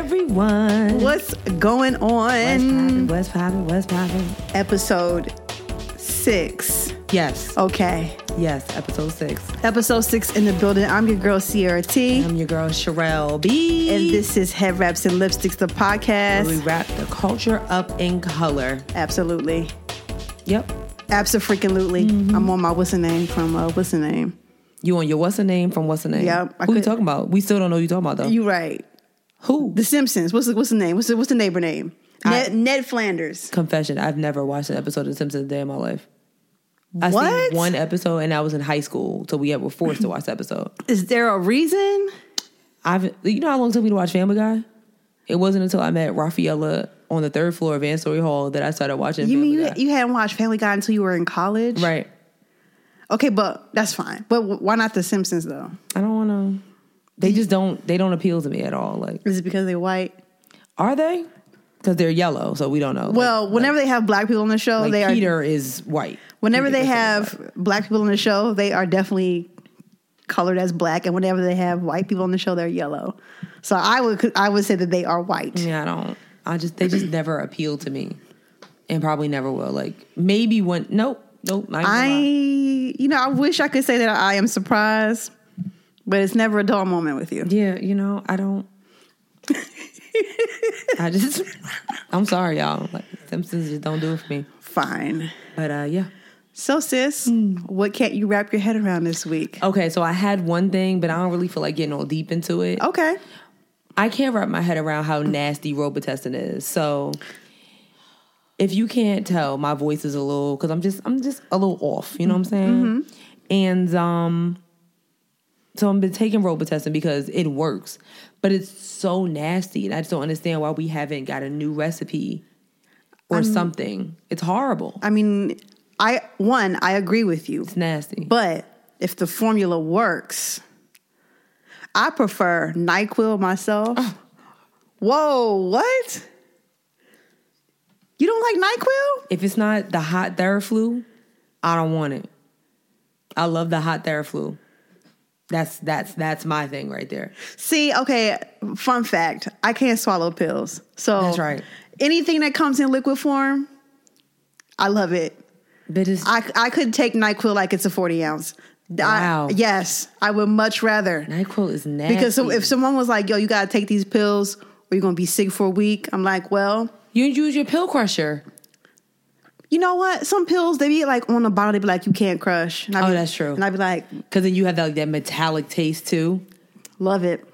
everyone. What's going on? What's poppin'? What's poppin'? What's poppin'? Episode six. Yes. Okay. Yes. Episode six. Episode six in the building. I'm your girl, Sierra T. I'm your girl Sherelle B. And this is Head Wraps and Lipsticks, the Where we podcast. wrap the culture up in color. Absolutely. Yep. Absolutely. I'm on my what's the name from uh, what's the name? You on your what's the name from what's the name? Yep, I Who you could- talking about? We still don't know who you talking about though. You right. Who? The Simpsons. What's the what's the name? What's the what's the neighbor name? I- Ned, Ned Flanders. Confession. I've never watched an episode of The Simpsons a day in my life. I What? seen one episode and I was in high school, so we were forced to watch the episode. Is there a reason? I've you know how long it took me to watch Family Guy? It wasn't until I met Rafaela on the third floor of Van Story Hall that I started watching You Family mean you, Guy. you hadn't watched Family Guy until you were in college? right. Okay, but that's fine. But w- why not The Simpsons though? I don't wanna they just don't they don't appeal to me at all. Like Is it because they're white? are they? Because they're yellow, so we don't know. Like- Well, whenever they have black people on the show, like, they are. Peter is white. whenever Peter they is have black people on the show, they are definitely colored as black, and whenever they have white people on the show, they're yellow. So I would I would say that they are white. Yeah, I don't. I just they just never appeal to me, and probably never will. Like maybe one. Nope, nope. I, ain't gonna I lie. you know I wish I could say that I am surprised, but it's never a dull moment with you. yeah, you know I don't. I just I'm sorry, y'all. Like Simpsons just don't do it for me. Fine. But uh, yeah. So sis, Hmm. what can't you wrap your head around this week? Okay, so I had one thing, but I don't really feel like getting all deep into it. Okay. I can't wrap my head around how nasty Robitussin is. So if you can't tell, my voice is a little because I'm just I'm just a little off. You know what I'm saying? And um, so I've been taking Robitussin because it works, but it's so nasty, and I just don't understand why we haven't got a new recipe or something. It's horrible. I mean, I one I agree with you. It's nasty. But if the formula works, I prefer NyQuil myself. Oh. Whoa, what? You don't like NyQuil? if it's not the hot Theraflu, I don't want it. I love the hot Theraflu. That's that's that's my thing right there. See, okay, fun fact I can't swallow pills. So That's right. Anything that comes in liquid form, I love it. But it's I, I could take NyQuil like it's a 40 ounce. I- Wow. yes, I would much rather. Nyquil is nasty. Because so if someone was like, yo, you gotta take these pills or you're gonna be sick for a week, I'm like, well, you use your pill crusher, you know what? Some pills they be like on the bottle. They be like, you can't crush. And I Oh, be, that's true. And I'd be like, because then you have that, like that metallic taste too. love it.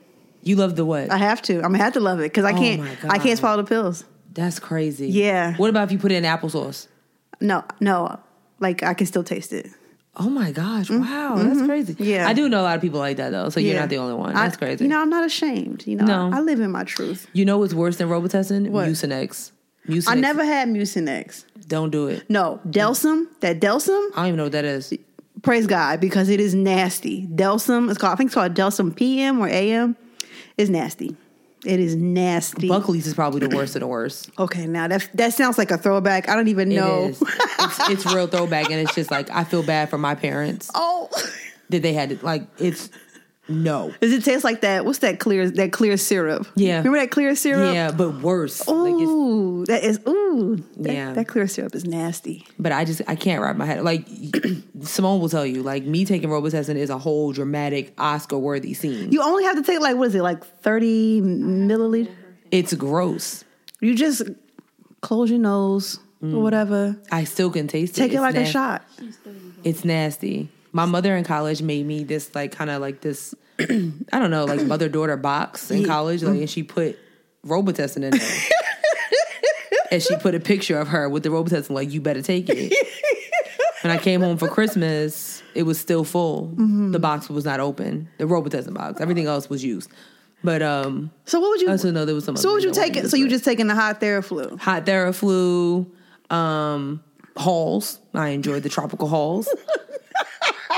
You love the what? I have to. I'm gonna have to love it because I Oh, can't. my I God. can't swallow the pills. that's crazy. Yeah. What about if you put it in applesauce? No, no. Like I can still taste it. Oh my gosh! Wow, that's crazy. Mm-hmm. Yeah. I do know a lot of people like that though. So you're Yeah. not the only one. I- That's crazy. You know, I'm not ashamed. You know, No. I, live in my truth. You know what's worse than Robitussin? What? Mucinex. Mucinex. I never had Mucinex. Don't do it. No, Delsum. That Delsum. I don't even know what that is. Praise God because it is nasty. Delsum. It's called. I think it's called Delsum PM or AM. It's nasty. It is nasty. Buckley's is probably the worst of the worst. okay, now that that sounds like a throwback. I don't even know. It is. It's, it's real throwback, and it's just like I feel bad for my parents Oh, that they had to like. It's no, does it taste like that? What's that clear? That clear syrup? Yeah. remember that clear syrup? yeah, but worse. Like it's, Ooh, that is ooh. That, Yeah. that clear syrup is nasty. but I just I can't wrap my head. Like Simone will tell you, like me taking Robitussin is a whole dramatic Oscar worthy scene. You only have to take like what is it like thirty milliliter? it's gross. You just close your nose or whatever. I still can taste Mm. it. Take it It's like a nasty. shot. It's nasty. My mother in college made me this like kind of like this I don't know, like mother daughter box in college. Like and she put Robitussin in there. and she put a picture of her with the Robitussin, like, you better take it. when I came home for Christmas, it was still full. Mm-hmm. The box was not open. The Robitussin box. Everything else was used. But um So what would I you? also know there was some so what would you other take it? ones, So you but- just taking the hot Theraflu? hot Theraflu, um, halls. I enjoyed the tropical halls.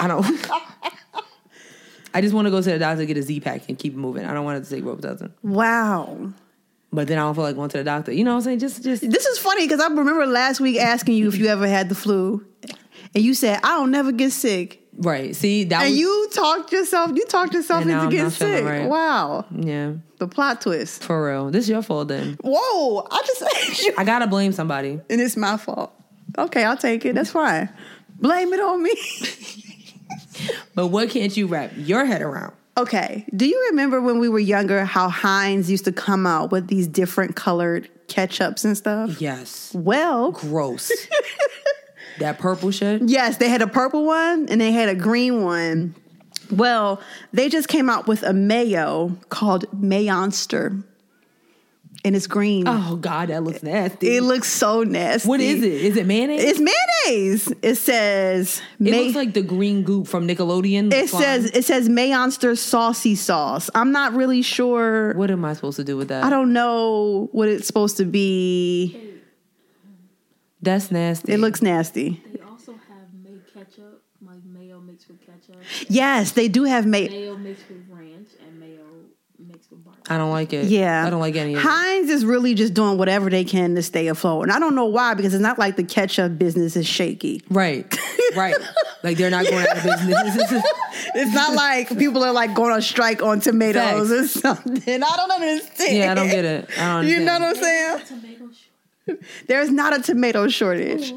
I don't. I just want to go to the doctor get a Z pack and keep it moving. I don't want to take Robitussin, Wow. but then I don't feel like going to the doctor. You know what I'm saying? Just, just This is funny because I remember last week asking you if you ever had the flu, and you said I don't never get sick. Right. See that And was, you talked yourself, you talked yourself And now into I'm getting not feeling sick. right. Wow. Yeah. The plot twist. For real. This is your fault then. Whoa, I just I gotta blame somebody. and it's my fault. Okay, I'll take it. That's fine. Blame it on me. But what can't you wrap your head around? okay. Do you remember when we were younger how Heinz used to come out with these different colored ketchups and stuff? Yes. Well, Gross. that purple shit. yes, they had a purple one and they had a green one. Well, they just came out with a mayo called Mayonster. And it's green. Oh God, that looks nasty. It looks so nasty. what is it? Is it mayonnaise? It's mayonnaise. It says it may- looks like the green goop from Nickelodeon. it Slime. says it says Mayonster saucy sauce. I'm not really sure. What am I supposed to do with that? I don't know what it's supposed to be. That's nasty. It looks nasty. They also have may ketchup, like mayo mixed with ketchup, Yes, they do have may. mayo mixed with ranch, and mayo mixed with barbecue. I don't like it. Yeah, I don't like any of it. Heinz is really just doing whatever they can to stay afloat, and I don't know why because it's not like the ketchup business is shaky. Right. Right. like they're not going out of business. It's not like people are like going on strike on tomatoes Facts. or something. I don't understand. yeah, I don't get it. I don't You know understand. what I'm saying? Tomato short. There's not a tomato shortage.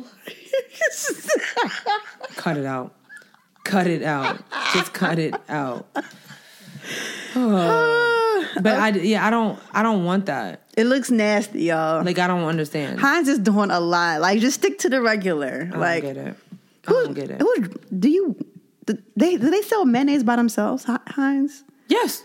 Cut it out. Cut it out. Just cut it out. Oh. But I yeah, I don't I don't want that. it looks nasty, y'all. Like I don't understand. Heinz is doing a lot. Like, just stick to the regular. I like, don't get it. I who? don't get it. Who do you? Do they do they sell mayonnaise by themselves? Hi- Heinz. Yes.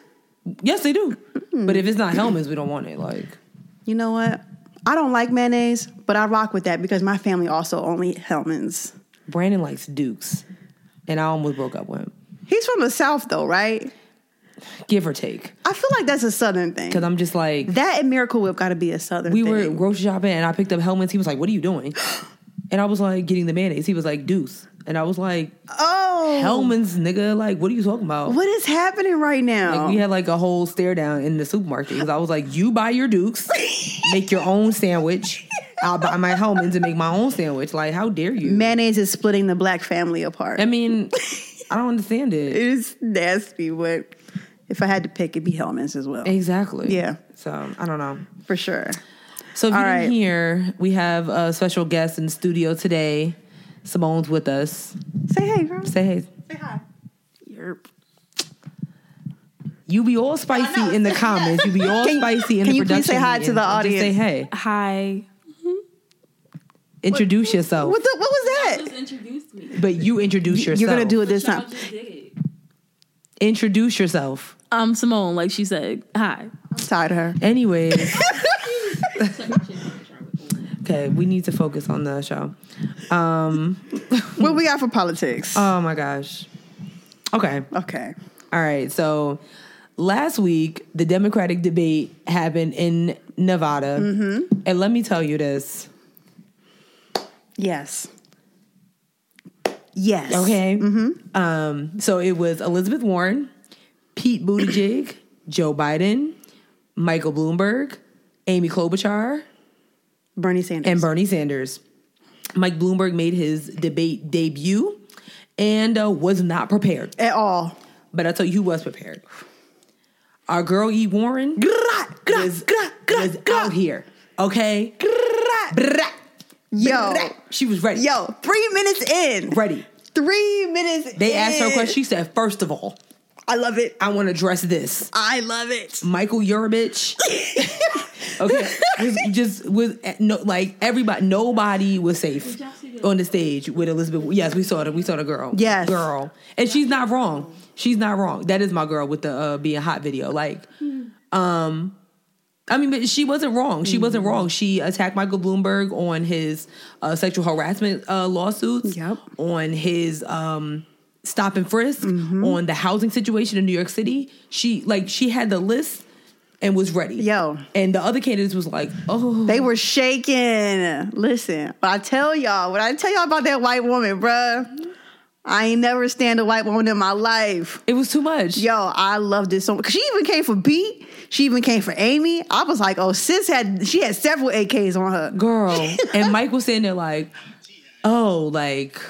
Yes, they do. Hmm. But if it's not helmets, we don't want it. Like You know what? I don't like mayonnaise, but I rock with that because my family also only Hellman's. Brandon likes Dukes. And I almost broke up with him. He's from the South though, right? Give or take. I feel like that's a Southern thing. Cause I'm just like That and Miracle Whip got to be a Southern. we thing. were grocery shopping and I picked up helmets. He was like, What are you doing? And I was like, getting the mayonnaise. He was like, Deuce. And I was like, oh Hellman's nigga, like, what are you talking about? What is happening right now? Like, we had like a whole stare down in the supermarket 'Cause I was like, you buy your Dukes, make your own sandwich. I'll buy my Hellman's and make my own sandwich. Like, how dare you? mayonnaise is splitting the black family apart. I mean, I don't understand It it. is nasty, but if I had to pick, it'd be Hellman's as well. Exactly. Yeah. So I don't know. For sure. So if you All didn't right. hear, we have a special guest in the studio today. Simone's with us. Say hey, girl. Say hey. Say hi. You be all spicy in the comments. You be all Can- spicy in can the you production. please say hi to meeting. the And just audience? say hey. Hi. Introduce yourself. What, the, what was Just that? introduced me. But you introduce yourself. You're going to do it this Y'all time. just did it. Introduce yourself. I'm Simone, like she said. Hi. I'm tired of her. Anyways, Check my chin. okay, we need to focus on the show. What we got for politics? Oh my gosh. Okay. okay. All right. So last week, the Democratic debate happened in Nevada. Mm-hmm. And let me tell you this. Yes. Yes. Mm-hmm. Okay. Um, so it was Elizabeth Warren, Pete Buttigieg, Joe Biden, Michael Bloomberg, Amy Klobuchar, Bernie Sanders. and Bernie Sanders. Mike Bloomberg made his debate debut and uh, was not prepared. At all. But I tell you who was prepared. Our girl E. Warren was, was out here. Okay? Yo. She was ready. Yo. Three minutes in. Ready. Three minutes They asked her a in. question. She said, first of all, I love it. I want to address this. I love it. Michael, you're a bitch. okay. Was- just was no like everybody nobody was safe y'all see that? on the stage with Elizabeth. Yes, we saw the we saw the girl. Yes. Girl. And she's not wrong. She's not wrong. That is my girl with the uh, being hot video. Like Hmm. um I mean, but she wasn't wrong. She wasn't Mm-hmm. wrong. She attacked Michael Bloomberg on his uh, sexual harassment uh, lawsuits, Yep. on his um, stop and frisk, Mm-hmm. on the housing situation in New York City. She like she had the list and was ready. Yo. And the other candidates was like, oh, They were shaking. Listen, when I tell y'all, when I tell y'all about that white woman, bruh, I ain't never stand a white woman in my life. it was too much. Yo, I loved it so much. 'Cause She even came for Pete. She even came for Amy. I was like, oh, sis had she had several AKs on her. Girl. and Mike was sitting there like, oh, like,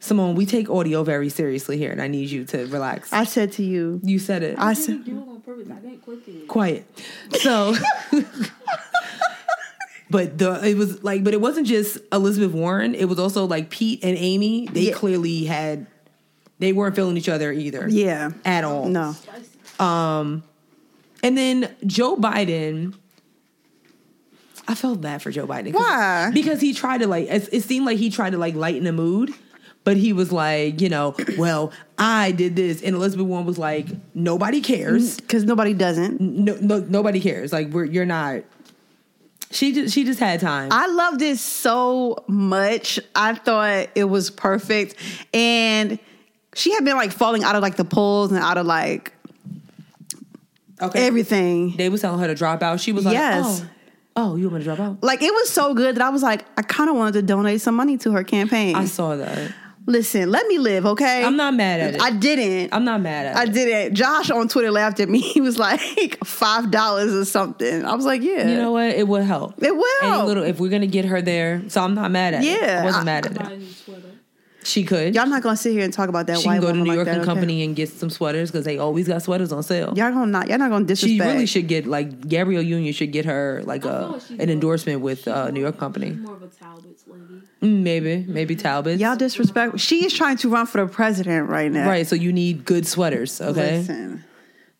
Simone, we take audio very seriously here, and I need you to relax. I said to you, you said it. I I said, didn't do it on purpose. I didn't click it. quiet. So, but the it was like, but it wasn't just Elizabeth Warren. It was also like Pete and Amy. They Yeah. clearly had, they weren't feeling each other either. yeah, at all. no, And then Joe Biden. I felt bad for Joe Biden. 'cause- Why? Because he tried to like. It, it seemed like he tried to like lighten the mood, but he was like, you know, well, I did this, and Elizabeth Warren was like, nobody cares. because nobody doesn't. no, no nobody cares. Like we're you're not. She just she just had time. I love this so much. I thought it was perfect, and she had been like falling out of like the polls and out of like okay. everything. they was telling her to drop out. She was like, Yes. oh, oh, you want me to drop out? Like it was so good that I was like, I kind of wanted to donate some money to her campaign. I saw that. Listen, let me live, okay? I'm not mad at it. I didn't. I'm not mad at I it. didn't. Josh on Twitter laughed at me. He was like five dollars or something. I was like, yeah, You know what? It would help. it will. Any little if we're gonna get her there, so I'm not mad at it. Yeah, I wasn't I- mad at it. Buy a new sweater. She could. Y'all not gonna sit here and talk about that she white can go to woman New like York that, and okay? Company and get some sweaters because they always got sweaters on sale. Y'all gonna not. Y'all not gonna She disrespect. really should get like Gabrielle Union should get her like I a feel like she's an more- endorsement with she's uh, more- New York Company. She's more of a Talbot's lady. Mm, Maybe maybe Talbot's. Y'all disrespect. She is trying to run for the president right now. Right, so you need good sweaters, okay? Listen,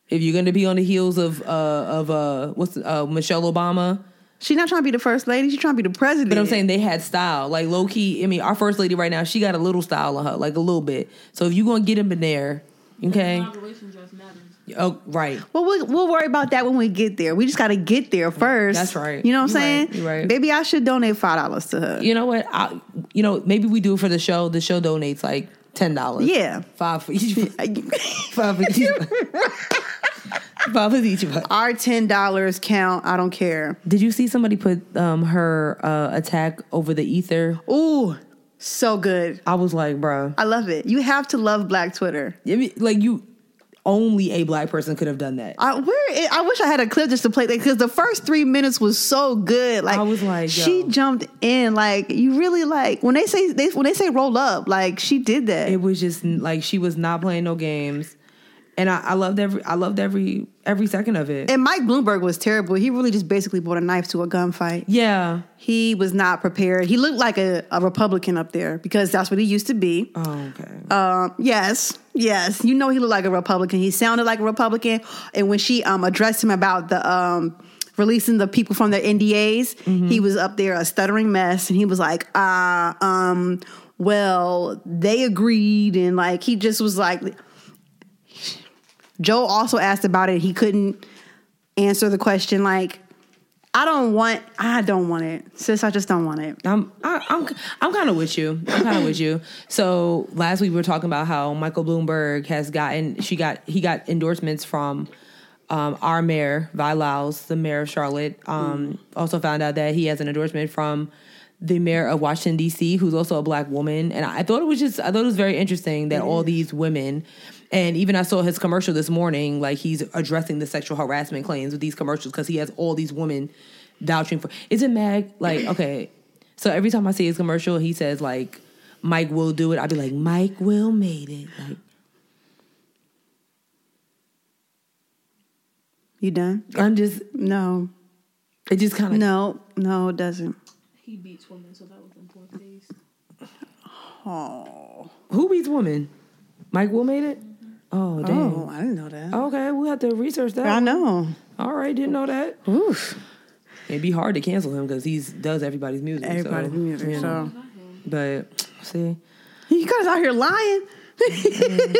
If you're gonna be on the heels of uh of uh what's uh Michelle Obama, she's not trying to be the first lady. She's trying to be the president. but I'm saying they had style. Like low key, I mean, our first lady right now, she got a little style on her, like a little bit. So if you gonna get him in there, okay? Inauguration dress matters. Oh, right. Well, well, we'll worry about that when we get there. We just got to get there first. That's right. You know what I'm You're saying? right. You're right. Maybe I should donate five dollars to her. You know what? I, you know, maybe we do it for the show. The show donates like ten dollars. Yeah. Five for each five for each of us. Five for each of us. Our ten dollars count. I don't care. Did you see somebody put um her uh attack over the ether? Ooh, so good. I was like, bruh. I love it. You have to love Black Twitter. I mean, like you, only a black person could have done that. I where it, I wish I had a clip just to play that because the first three minutes was so good. Like I was like, she yo. jumped in. Like you really like when they say they when they say roll up. Like she did that. It was just like she was not playing no games, and I, I loved every, I loved every every second of it. and Mike Bloomberg was terrible. He really just basically brought a knife to a gunfight. yeah. He was not prepared. He looked like a, a Republican up there because that's what he used to be. Oh, okay. Um, yes, yes. You know he looked like a Republican. He sounded like a Republican. And when she um, addressed him about the um, releasing the people from their NDAs, he was up there a stuttering mess, and he was like, uh, um, well, they agreed, and like he just was like. Joe also asked about it. He couldn't answer the question. Like, I don't want. I don't want it, sis. I just don't want it. I'm I, I'm I'm kind of with you. I'm kind of with you. So last week we were talking about how Michael Bloomberg has gotten she got he got endorsements from um, our mayor Vi Lyles, the mayor of Charlotte. Um, Also found out that he has an endorsement from the mayor of Washington D.C., who's also a black woman. And I thought it was just I thought it was very interesting that all these women. And even I saw his commercial this morning, like he's addressing the sexual harassment claims with these commercials because he has all these women vouching for. Isn't Mag like okay? So every time I see his commercial, he says like, "Mike will do it." I'd be like, "Mike will made it." Like, You done? I'm just, No, it just kind of. no, no. It doesn't. He beats women, so that was in poor taste. Oh. Who beats woman? Mike will made it. Oh dang. Oh, I didn't know that. Okay, we'll have to research that. I know. All right, didn't know that. Oof. It'd be hard to cancel him because he does everybody's music. so, Everybody's music. you know. So But see, you guys out here lying.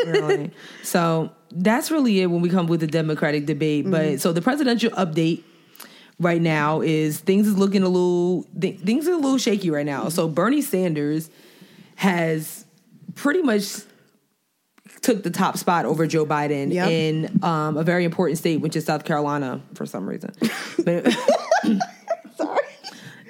Really. so that's really it when we come with the Democratic debate. But so the presidential update right now is things is looking a little thi- things are a little shaky right now. So Bernie Sanders has pretty much took the top spot over Joe Biden Yep. in um, a very important state, which is South Carolina for some reason. But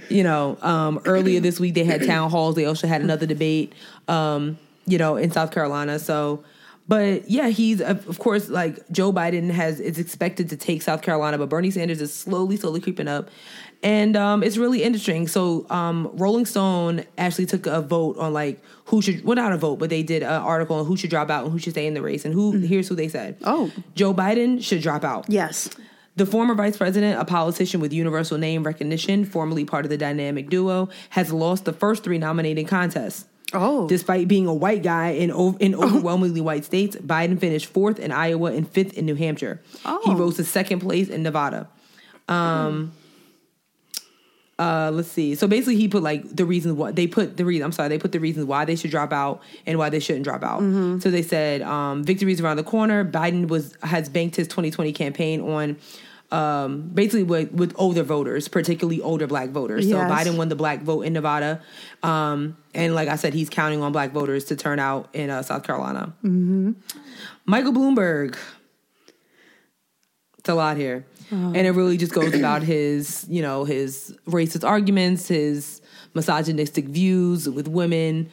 you know, um, earlier this week they had town halls. They also had another debate, um, you know, in South Carolina. So But yeah, he's of of course like Joe Biden has is expected to take South Carolina, but Bernie Sanders is slowly, slowly creeping up, and um, it's really interesting. So um, Rolling Stone actually took a vote on like who should well not a vote, but they did an article on who should drop out and who should stay in the race, and who here's who they said: Oh. Joe Biden should drop out. Yes. The former vice president, a politician with universal name recognition, formerly part of the dynamic duo, has lost the first three nominating contests. Oh. Despite being a white guy in, o- in overwhelmingly white states, Biden finished fourth in Iowa and fifth in New Hampshire. He Oh. rose to second place in Nevada. Um, uh, let's see. So basically, he put like the reasons why they put the reason. I'm sorry, they put the reasons why they should drop out and why they shouldn't drop out. So they said um, victories around the corner. Biden was has banked his 2020 campaign on. Um, basically with, with older voters, particularly older black voters. Yes. So Biden won the black vote in Nevada. Um, and like I said, he's counting on black voters to turn out in uh, South Carolina. Mm-hmm. Michael Bloomberg. It's a lot here. And it really just goes about his, you know, his racist arguments, his misogynistic views with women.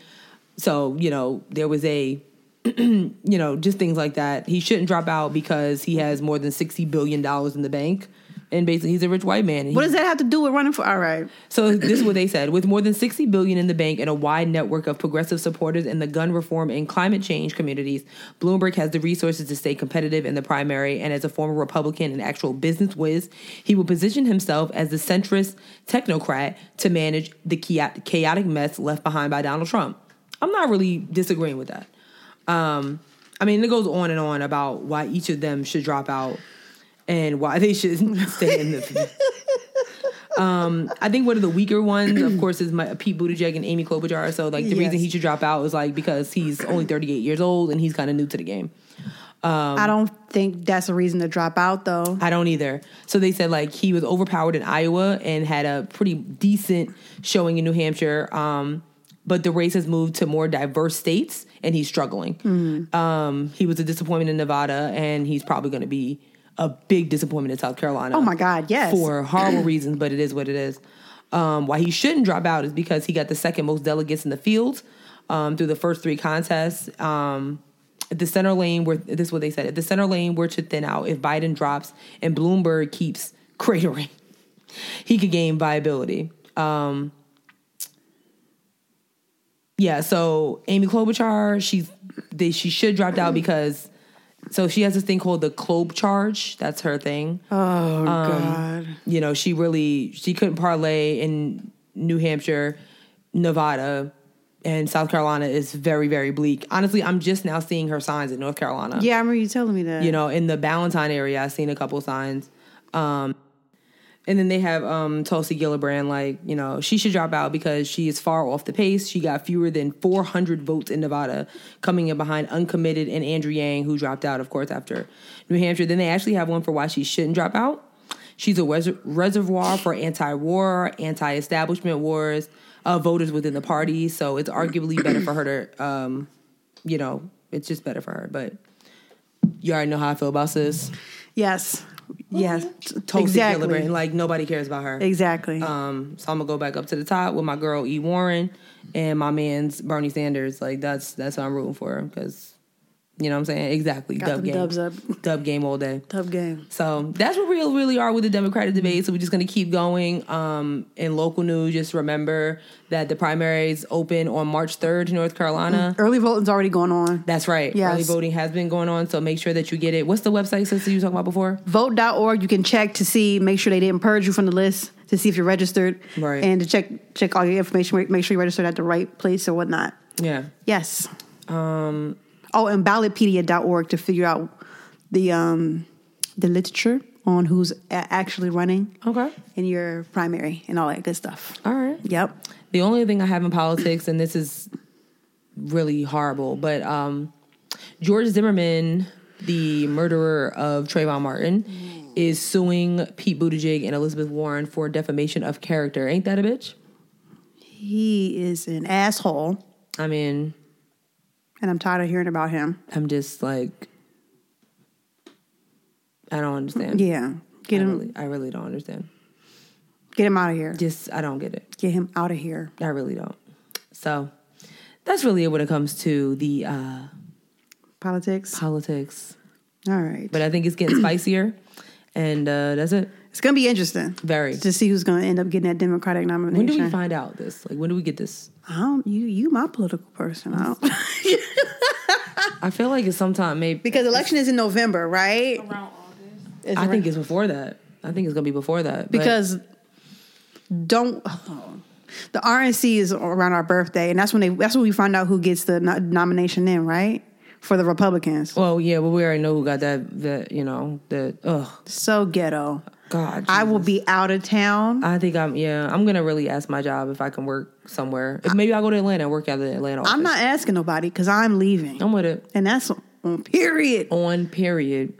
So, you know, there was a, you know, just things like that. He shouldn't drop out because he has more than $60 billion in the bank. And basically, he's a rich white man. and What he- does that have to do with running for? All right. so this is what they said: with more than 60 billion in the bank and a wide network of progressive supporters in the gun reform and climate change communities, Bloomberg has the resources to stay competitive in the primary. And as a former Republican and actual business whiz, he will position himself as the centrist technocrat to manage the chao- chaotic mess left behind by Donald Trump. I'm not really disagreeing with that. Um, I mean, it goes on and on about why each of them should drop out and why they should stay in the. um, I think one of the weaker ones, of course, is my, Pete Buttigieg and Amy Klobuchar. So, like, the Yes. reason he should drop out is like because he's only 38 years old and he's kind of new to the game. I don't think that's a reason to drop out, though. I don't either. So they said like he was overpowered in Iowa and had a pretty decent showing in New Hampshire. Um, but the race has moved to more diverse states and he's struggling. Um, he was a disappointment in Nevada and he's probably going to be a big disappointment in South Carolina. Oh my God, yes. For horrible reasons, but it is what it is. Um, why he shouldn't drop out is because he got the second most delegates in the field um, through the first three contests. Um, at the center lane, where this is what they said: at the center lane, we're to thin out. If Biden drops and Bloomberg keeps cratering, he could gain viability. Um, yeah, so Amy Klobuchar, she's they, she should drop Mm. out because so she has this thing called the Klob charge. That's her thing Um, Oh God. you know, she really she couldn't parlay in New Hampshire, Nevada, and South Carolina is very very bleak. Honestly, I'm just now seeing her signs in North Carolina. Yeah, I remember you telling me that. You know, in the Ballantyne area, I've seen a couple signs. Um, and then they have um, Tulsi Gillibrand, like, you know, she should drop out because she is far off the pace. She got fewer than 400 votes in Nevada, coming in behind uncommitted and Andrew Yang, who dropped out, of course, after New Hampshire. Then they actually have one for why she shouldn't drop out. She's a res- reservoir for anti war, anti establishment wars, uh, voters within the party. So it's arguably better for her to, um, you know, it's just better for her. But you already know how I feel about sis. Yes. Yes. Tulsi exactly. Gillibrand, like nobody cares about her. Exactly. Um, so I'm gonna go back up to the top with my girl E Warren and my man's Bernie Sanders. Like that's that's what I'm rooting for because you know what I'm saying exactly. Got dub them game, dubs up. dub game all day. Tough game. So that's what we really are with the Democratic debate. So we're just going to keep going. Um, in local news, just remember that the primaries open on March 3rd in North Carolina. Early voting's already going on. That's right. Mm. Yes. Early voting has been going on, so make sure that you get it. What's the website, sister, you were talking about before? Vote.org. You can check to see, make sure they didn't purge you from the list to see if you're registered, Right. And to check check all your information. Make sure you're registered at the right place or whatnot. Yeah. Yes. Um. Oh, and ballotpedia.org to figure out the um the literature on who's a- actually running Okay. in your primary and all that good stuff. All right. Yep. The only thing I have in politics, and this is really horrible, but um, George Zimmerman, the murderer of Trayvon Martin, is suing Pete Buttigieg and Elizabeth Warren for defamation of character. Ain't that a bitch? He is an asshole, I mean, and I'm tired of hearing about him. I'm just like, I don't understand. Yeah. Get I him really, I really don't understand. get him out of here. Just, I don't get it. Get him out of here. I really don't. So that's really it when it comes to the uh, Politics. politics. All right. But I think it's getting spicier, and uh, that's it. it's going to be interesting. Very. To see who's going to end up getting that Democratic nomination. When do we find out this? Like, when do we get this? I don't, you, you my political person. I don't. I feel like it's sometime maybe. because election is in November, right? Around August. It's I think around- it's before that. I think it's gonna be before that but- because don't the RNC is around our birthday, and that's when they that's when we find out who gets the no- nomination in, right? For the Republicans. well, yeah, but we already know who got that. That you know, the oh So ghetto. god, I will be out of town. I think I'm. Yeah, I'm gonna really ask my job if I can work somewhere. If maybe I go to Atlanta and work out of the Atlanta. Office. I'm not asking nobody because I'm leaving, I'm with it. and that's on period. On period.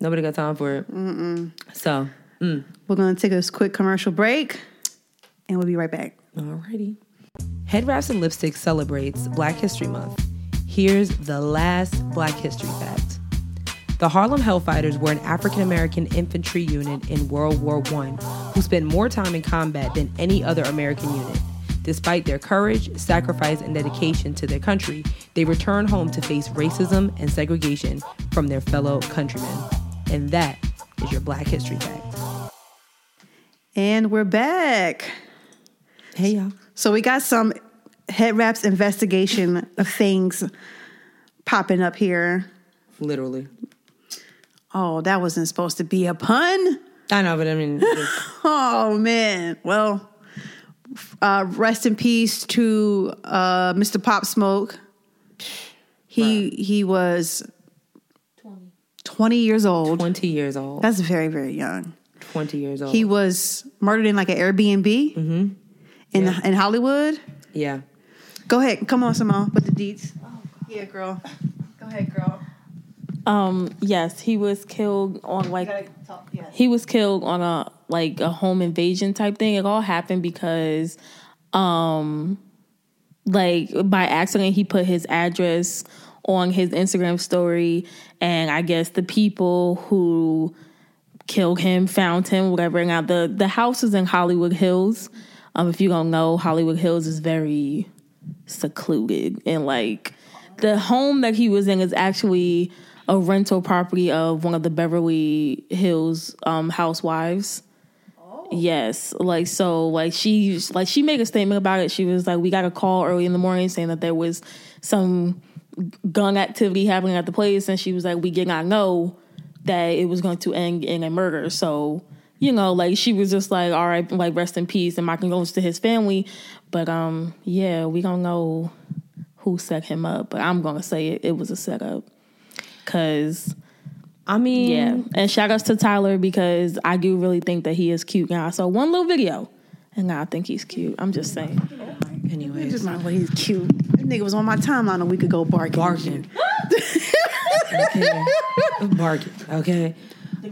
Nobody got time for it. Mm-mm. So, mm. We're gonna take a quick commercial break, and we'll be right back. alrighty. Head Wraps and Lipstick celebrates Black History Month. Here's the last Black History fact. The Harlem Hellfighters were an African American infantry unit in World War I who spent more time in combat than any other American unit. Despite their courage, sacrifice, and dedication to their country, they returned home to face racism and segregation from their fellow countrymen. And that is your Black History Fact. And we're back. Hey, y'all. So we got some head wraps investigation of things popping up here. Literally. Oh, that wasn't supposed to be a pun. I know, but I mean, it's- Oh man. Well, uh, rest in peace to uh, Mr. Pop Smoke. He he was 20. twenty years old. 20 years old. That's very very young. 20 years old. He was murdered in like an Airbnb in in Hollywood. yeah. Go ahead, come on, Simone, with the deets. yeah, girl. Go ahead, girl. Um, yes, he was killed on like talk. Yes. he was killed on a like a home invasion type thing. It all happened because um like by accident he put his address on his Instagram story and I guess the people who killed him found him whatever now the the house is in Hollywood Hills. Um if you don't know Hollywood Hills is very secluded and like the home that he was in is actually a rental property of one of the Beverly Hills um, housewives. Yes, like so, like she, like she made a statement about it. She was like, "We got a call early in the morning saying that there was some gun activity happening at the place," and she was like, "We did not know that it was going to end in a murder." So, you know, like she was just like, "All right, like rest in peace," and my condolences to his family. But um, yeah, we don't know who set him up, but I'm gonna say it, it was a setup, cause. I mean, Yeah. And shout outs to Tyler because I do really think that he is cute now. I saw one little video and now I think he's cute. I'm just saying. It's anyways. just not what he's cute. That nigga was on my timeline a week ago barking. barking. okay. Barking. Okay.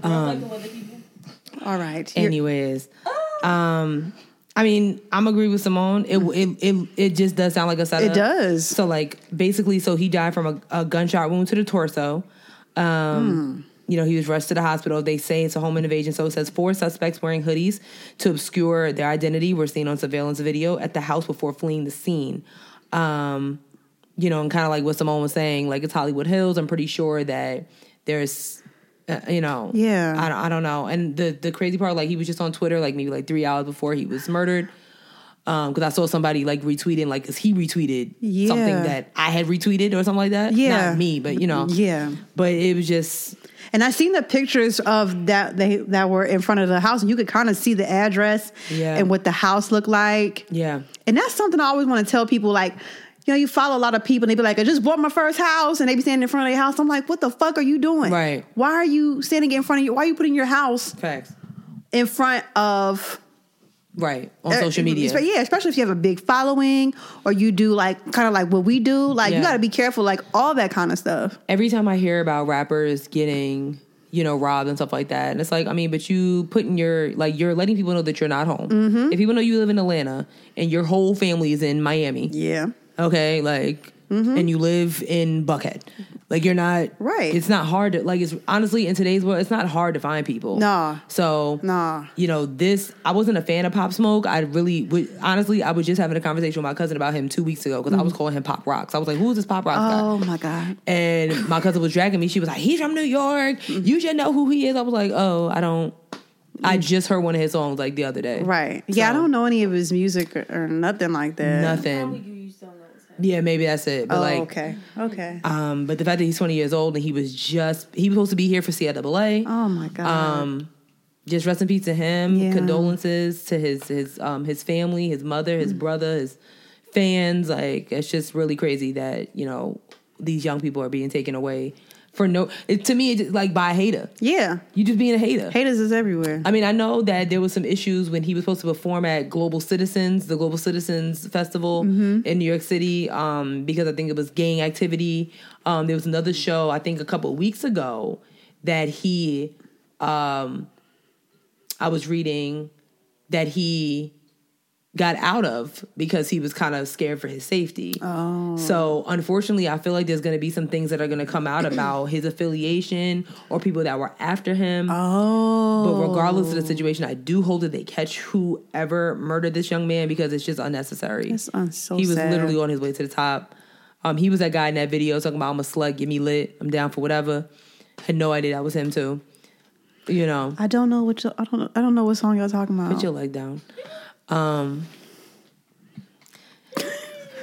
All right. You're- Anyways, um, I mean, I'm agree with Simone. It it it, it just does sound like a setup. It does. So like basically, so he died from a, a gunshot wound to the torso. Um, You know, he was rushed to the hospital. They say it's a home invasion. So it says four suspects wearing hoodies to obscure their identity were seen on surveillance video at the house before fleeing the scene. Um, you know, and kind of like what Simone was saying, like it's Hollywood Hills. I'm pretty sure that there's, uh, you know, Yeah. I don't, I don't know. And the the crazy part, like he was just on Twitter, like maybe like three hours before he was murdered. Um, because I saw somebody like retweeting, like, cause he retweeted something Yeah. that I had retweeted or something like that. Yeah. not me, but you know, Yeah. But it was just And I seen the pictures of that they that were in front of the house, and you could kind of see the address Yeah. and what the house looked like. yeah, And that's something I always want to tell people, like. You know, you follow a lot of people and they be like, I just bought my first house and they be standing in front of their house. I'm like, what the fuck are you doing? Right. Why are you standing in front of your, why are you putting your house facts, in front of right? On Uh, social media, espe- Yeah, especially if you have a big following or you do like kind of like what we do. Like Yeah. you got to be careful, like all that kind of stuff. every time I hear about rappers getting, you know, robbed and stuff like that, and it's like, I mean, but you putting your like you're letting people know that you're not home. Mm-hmm. If people know you live in Atlanta and your whole family is in Miami, Yeah, okay, like and you live in Buckhead. Like you're not Mm-hmm. Right. It's not hard to like. It's honestly in today's world, it's not hard to find people. Nah. So Nah. You know this. I wasn't a fan of Pop Smoke. I really would. Honestly, I was just having a conversation with my cousin about him two weeks ago because I was calling him Pop Rocks. I was like, who's this Pop Rocks guy? Mm-hmm. Oh my god. And my cousin was dragging me. She was like, "He's from New York. Mm-hmm. You should know who he is." I was like, "Oh, I don't." I just heard one of his songs like the other day. Mm. Right. Yeah, I So, don't know any of his music or, or nothing like that. Probably nothing. you, you just don't know what's happening. Yeah, maybe that's it. But Oh, like, okay. Okay. um, but the fact that he's 20 years old and he was just he was supposed to be here for CIAA. oh my god. Um, just rest in peace to him. Yeah. Condolences to his his um his family, his mother, Mm. his brother, his fans. Like it's just really crazy that you know these young people are being taken away for no. It, to me, it's just like by a hater. yeah. You just being a hater. Haters is everywhere. I mean, I know that there was some issues when he was supposed to perform at Global Citizens, the Global Citizens Festival in New York City, um, because I think it was gang activity. Um, there was another show I think a couple of weeks ago that he, um, I was reading that he got out of because he was kind of scared for his safety. Oh. So unfortunately, I feel like there's going to be some things that are going to come out about his affiliation or people that were after him. oh. But regardless of the situation, I do hope that they catch whoever murdered this young man because it's just unnecessary. That's un- so he was sad. literally on his way to the top. Um, he was that guy in that video talking about I'm a slut, give me lit, I'm down for whatever. Had no idea that was him too. You know, I don't know what you, I don't know, I don't know what song y'all talking about. put your leg down.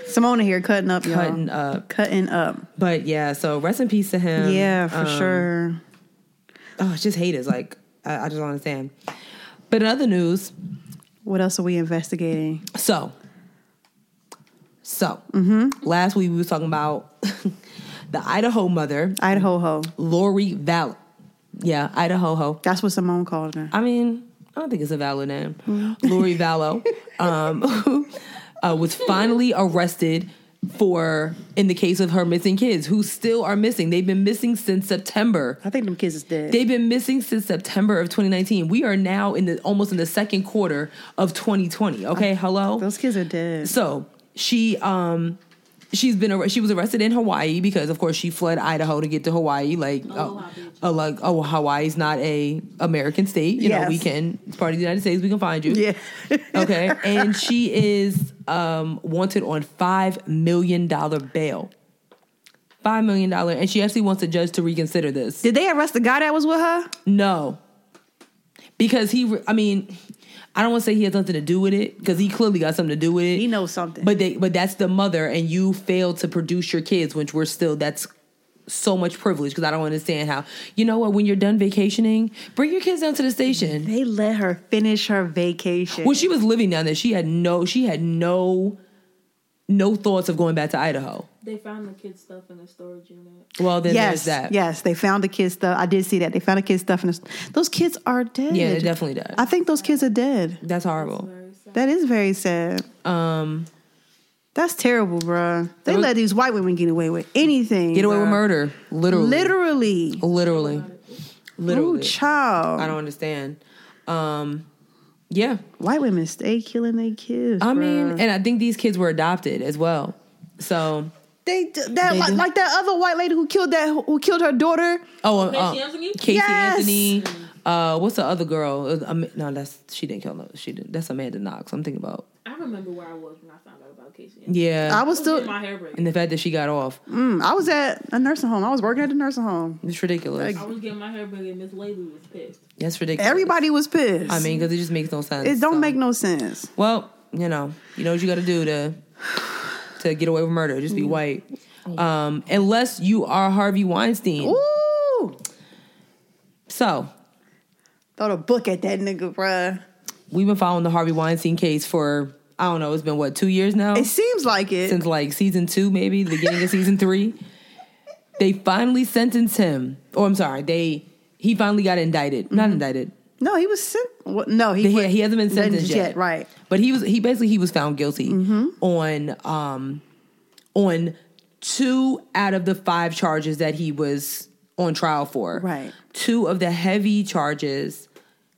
Simone here cutting up, y'all. Cutting up. Cutting up. But yeah, so rest in peace to him. yeah, for Um, sure. Oh, it's just haters. Like I, I just don't understand. But in other news, What else are we investigating? So, so Mm-hmm. last week we was talking about the Idaho mother, Idaho ho. Lori Vallow. Yeah, Idaho ho. That's what Simone called her. I mean, I don't think it's a valid name. Lori Vallow um, uh, was finally arrested for in the case of her missing kids, who still are missing. They've been missing since September. I think them kids is dead. They've been missing since September of 2019. We are now in the almost in the second quarter of 2020. Okay, hello. Those kids are dead. So she um she's been arre- she was arrested in Hawaii because of course she fled Idaho to get to Hawaii like oh, uh, like oh Hawaii's not a American state you know Yes. we can it's part of the United States we can find you Yeah. okay and she is um wanted on five million dollar bail five million dollar and she actually wants the judge to reconsider this Did they arrest the guy that was with her? no. Because he, re- I mean, I don't want to say he has nothing to do with it because he clearly got something to do with it. He knows something. But they, but that's the mother, and you failed to produce your kids, which we're still that's so much privilege because I don't understand how you know what when you're done vacationing, bring your kids down to the station. They let her finish her vacation. When she was living down there, she had no, she had no, no thoughts of going back to Idaho. They found the kid's stuff in the storage unit. Well, then yes, there's that. yes, they found the kids stuff. I did see that they found the kids stuff, and those kids are dead. yeah, it definitely does. I think those kids are dead. that's horrible. Very sad. That is very sad. Um, That's terrible, bruh. They There was- let these white women get away with anything. get away with bruh. murder, literally, Literally. literally, Ooh, literally. child. I don't understand. Um, yeah, White women stay killing their kids. I bruh. mean, and I think these kids were adopted as well. So, they d- that They like, do. like that other white lady who killed that who killed her daughter. oh, uh, Casey Anthony? Casey Yes! Anthony. Uh, what's the other girl? Uh, Am- no, that's she didn't kill. No, she didn't. That's Amanda Knox. I'm thinking about I remember where I was when I found out about Casey. Anthony. yeah, I was I was getting still my hair braided. and the fact that she got off. mm, I was at a nursing home. I was working at the nursing home. It's ridiculous. I was getting my hair braided. and Miss Lady was pissed. That's ridiculous. Everybody was pissed. I mean, because it just makes no sense. it don't so. make no sense. Well, you know, you know what you got to do to to get away with murder. Just Mm. be white, um, unless you are Harvey Weinstein. Ooh, So throw the book at that nigga, bruh. we've been following the Harvey Weinstein case for I don't know, it's been what two years now It seems like it. since like season two, maybe the beginning of season three. They finally sentenced him. Oh, I'm sorry. They he finally got indicted, not indicted. no, he was sent. What, no, he He, was- he hasn't been sentenced yet. Right. But he was he basically he was found guilty on um on two out of the five charges that he was on trial for. Right. Two of the heavy charges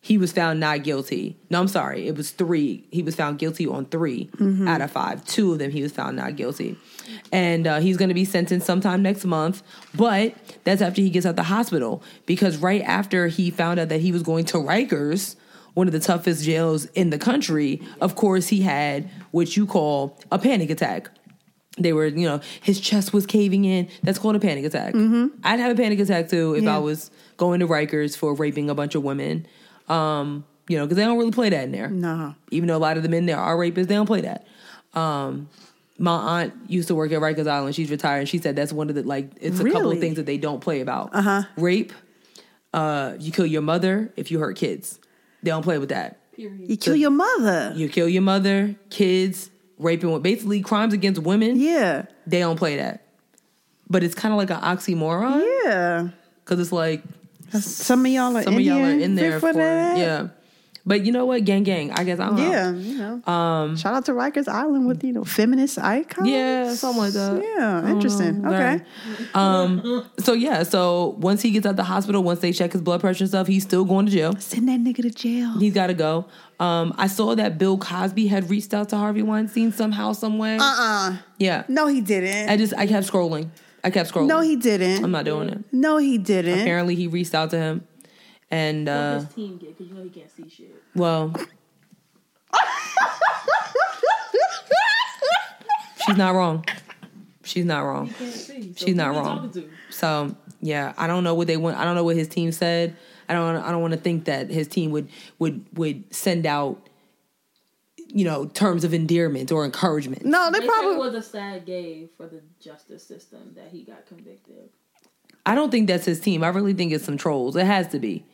He was found not guilty. No, I'm sorry. It was three. He was found guilty on 3 out of five. Two of them he was found not guilty. And uh, he's going to be sentenced sometime next month. But that's after he gets out the hospital because right after he found out that he was going to Rikers, one of the toughest jails in the country, of course, he had what you call a panic attack. They were, you know, his chest was caving in. That's called a panic attack. I'd have a panic attack too if I was going to Rikers for raping a bunch of women. Um, you know, because they don't really play that in there. No. Even though a lot of the men there are rapists, they don't play that. Um, my aunt used to work at Rikers Island. She's retired. And she said that's one of the like it's a couple Really? of things that they don't play about. Uh-huh. Rape. Uh, you kill your mother if you hurt kids. They don't play with that. Period. You kill your mother. You kill your mother, kids, raping with basically crimes against women. Yeah. They don't play that. But it's kind of like an oxymoron Yeah. because it's like Some of y'all are some in of y'all here are in there for, that. yeah. Uh-huh. But you know what, gang, gang. I guess I don't know. Um, Yeah, you know. Shout out to Rikers Island with you know feminist icons. Yeah, something like that. Oh, Yeah, interesting. know. okay, um, So yeah, so once he gets out the hospital, once they check his blood pressure and stuff, he's still going to jail. send that nigga to jail. He's got to go. Um, I saw that Bill Cosby had reached out to Harvey Weinstein somehow, some way. Uh uh yeah, No, he I didn't. just I kept scrolling. I kept scrolling. No, he I'm didn't. not doing it. No, he didn't. Apparently, he reached out to him, and What uh, his team get? Because you know he can't see shit. well, she's not wrong. She's not wrong. He can't see. So She's not who he wrong. talking to? So yeah, I don't know what they want. I don't know what his team said. I don't. I don't want to think that his team would would would send out, you know, terms of endearment or encouragement. No, they They said it probably. was a sad day for the justice system that he got convicted. I don't think that's his team. I really think it's some trolls. It has to be.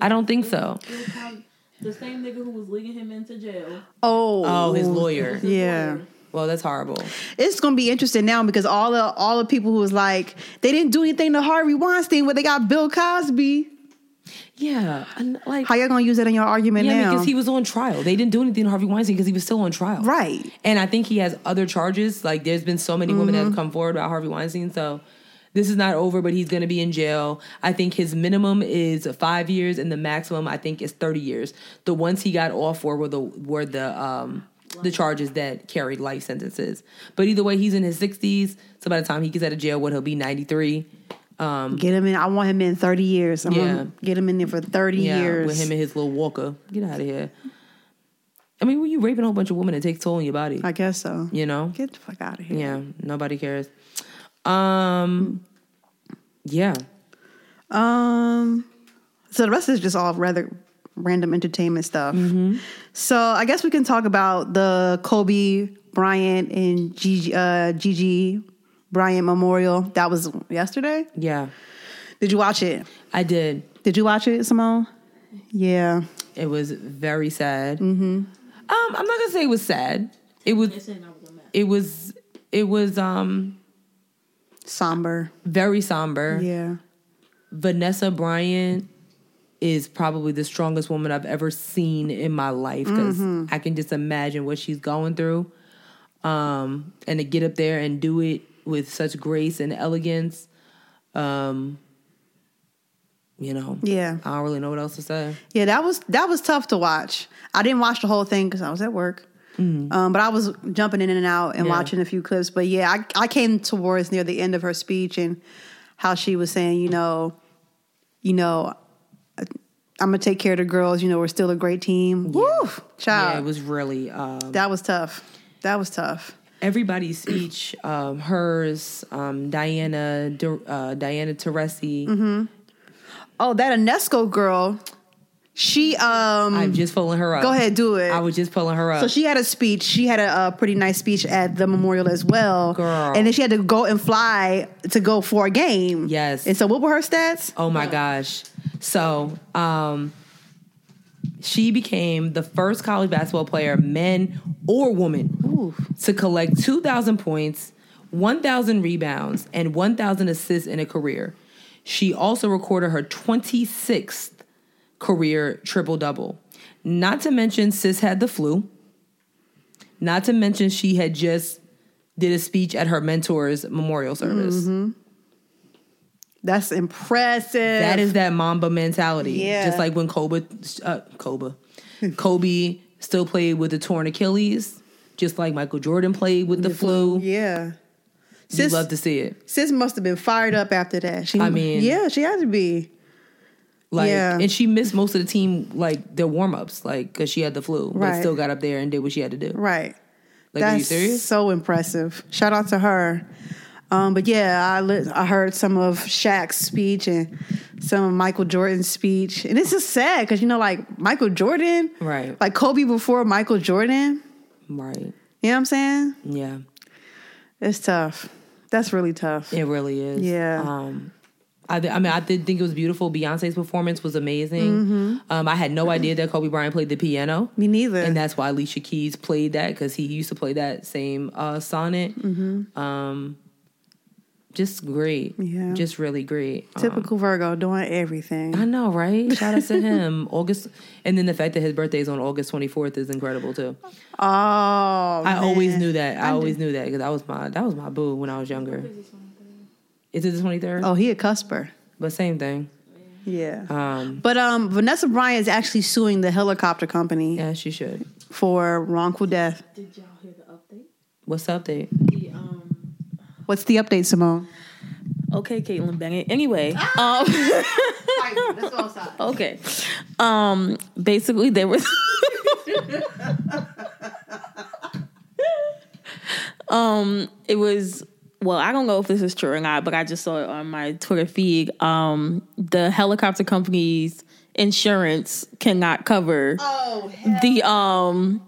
I don't think so. It was probably the same nigga who was leading him into jail. Oh, Oh, his lawyer. Yeah. Well, that's horrible. It's gonna be interesting now because all the all the people who was like they didn't do anything to Harvey Weinstein, but they got Bill Cosby. Yeah, and, like How y'all gonna use that in your argument yeah, now? because he was on trial. They didn't do anything to Harvey Weinstein because he was still on trial. right. And I think he has other charges. Like there's been so many women that Mm-hmm. have come forward about Harvey Weinstein. So this is not over, but he's going to be in jail. I think his minimum is five years, and the maximum I think is thirty years. The ones he got off for were the were the um the charges that carried life sentences. But either way, he's in his sixties. So by the time he gets out of jail, what he'll be ninety three. Um, Get him in. I want him in thirty years. I'm Yeah. gonna get him in there for thirty yeah, years. with him and his little walker. Get out of here. I mean, when you raping a whole bunch of women, it takes toll on your body. I guess so. you know, Get the fuck out of here. Yeah, nobody cares. Um, yeah, Um, so the rest is just all rather random entertainment stuff. So I guess we can talk about the Kobe Bryant and Gigi, uh, Gigi Bryant Memorial. That was yesterday. yeah, Did you watch it? I did. Did you watch it, Simone? Yeah. It was very sad. Mm-hmm. Um, I'm not gonna say it was sad. It They was. said I was a mess. It was. It was um Somber. very somber. Yeah. Vanessa Bryant is probably the strongest woman I've ever seen in my life because Mm-hmm. I can just imagine what she's going through. Um, and to get up there and do it with such grace and elegance, um, you know, Yeah. I don't really know what else to say. Yeah, that was that was tough to watch. I didn't watch the whole thing because I was at work, um, but I was jumping in and out and Mm. Yeah. watching a few clips. But yeah, I, I came towards near the end of her speech and how she was saying, you know, you know, I'm gonna take care of the girls. You know, we're still a great team. Woo, child, Yeah, it was really um, that was tough. That was tough. everybody's speech, um, hers, um, Diana, Du- uh, Diana Teresi. Mm-hmm. Oh, that UNESCO girl, she um, I'm just pulling her up. go ahead, do it. I was just pulling her up. So she had a speech. She had a, uh pretty nice speech at the memorial as well. Girl. And then she had to go and fly to go for a game. Yes. And so what were her stats? Oh my gosh. So, um, she became the first college basketball player, men or woman, to collect 2,000 points, 1,000 rebounds, and 1,000 assists in a career. She also recorded her 26th career triple double. Not to mention, sis had the flu. Not to mention, she had just did a speech at her mentor's memorial service. That's impressive. That is that Mamba mentality. Yeah. Just like when Kobe, uh, Kobe, Kobe still played with the torn Achilles, just like Michael Jordan played with the flu. yeah. You Sis, love to see it. sis must have been fired up after that. She, I mean- yeah, she had to be. Like, Yeah. and she missed most of the team, like their warm ups, like because she had the flu, but Right. still got up there and did what she had to do. Right. Like, That's are you serious? so impressive. Shout out to her. Um, but yeah, I li- I heard some of Shaq's speech and some of Michael Jordan's speech, and it's just sad because you know, like Michael Jordan, Right. Like Kobe before Michael Jordan. Right. You know what I'm saying? Yeah. It's tough. That's really tough. It really is. Yeah. Um, I, th- I mean, I did think it was beautiful. Beyonce's performance was amazing. Mm-hmm. Um, I had no idea that Kobe Bryant played the piano. Me neither. and uh, that's why Alicia Keys played that because he used to play that same uh, sonnet. Um, just great, Mm-hmm. Yeah. just really great. Um, Typical Virgo doing everything. I know, right? Shout out to him, August, and then the fact that his birthday is on August twenty fourth is incredible too. Oh, I I always knew that. I, always knew that because that was my that was my boo when I was younger. Is it the twenty third? Oh, he a cusper. But same thing. Yeah. Um, but um, Vanessa Bryant is actually suing the helicopter company yeah, she should. for wrongful death. Did y'all hear the update? What's up, Dave? The um, What's the update, Simone? Okay, Caitlyn Bennett. Anyway, um, Let's go outside. okay. Um, basically, they were. um, it was well. I don't know if this is true or not, but I just saw it on my Twitter feed. Um, the helicopter company's insurance cannot cover Oh, the um.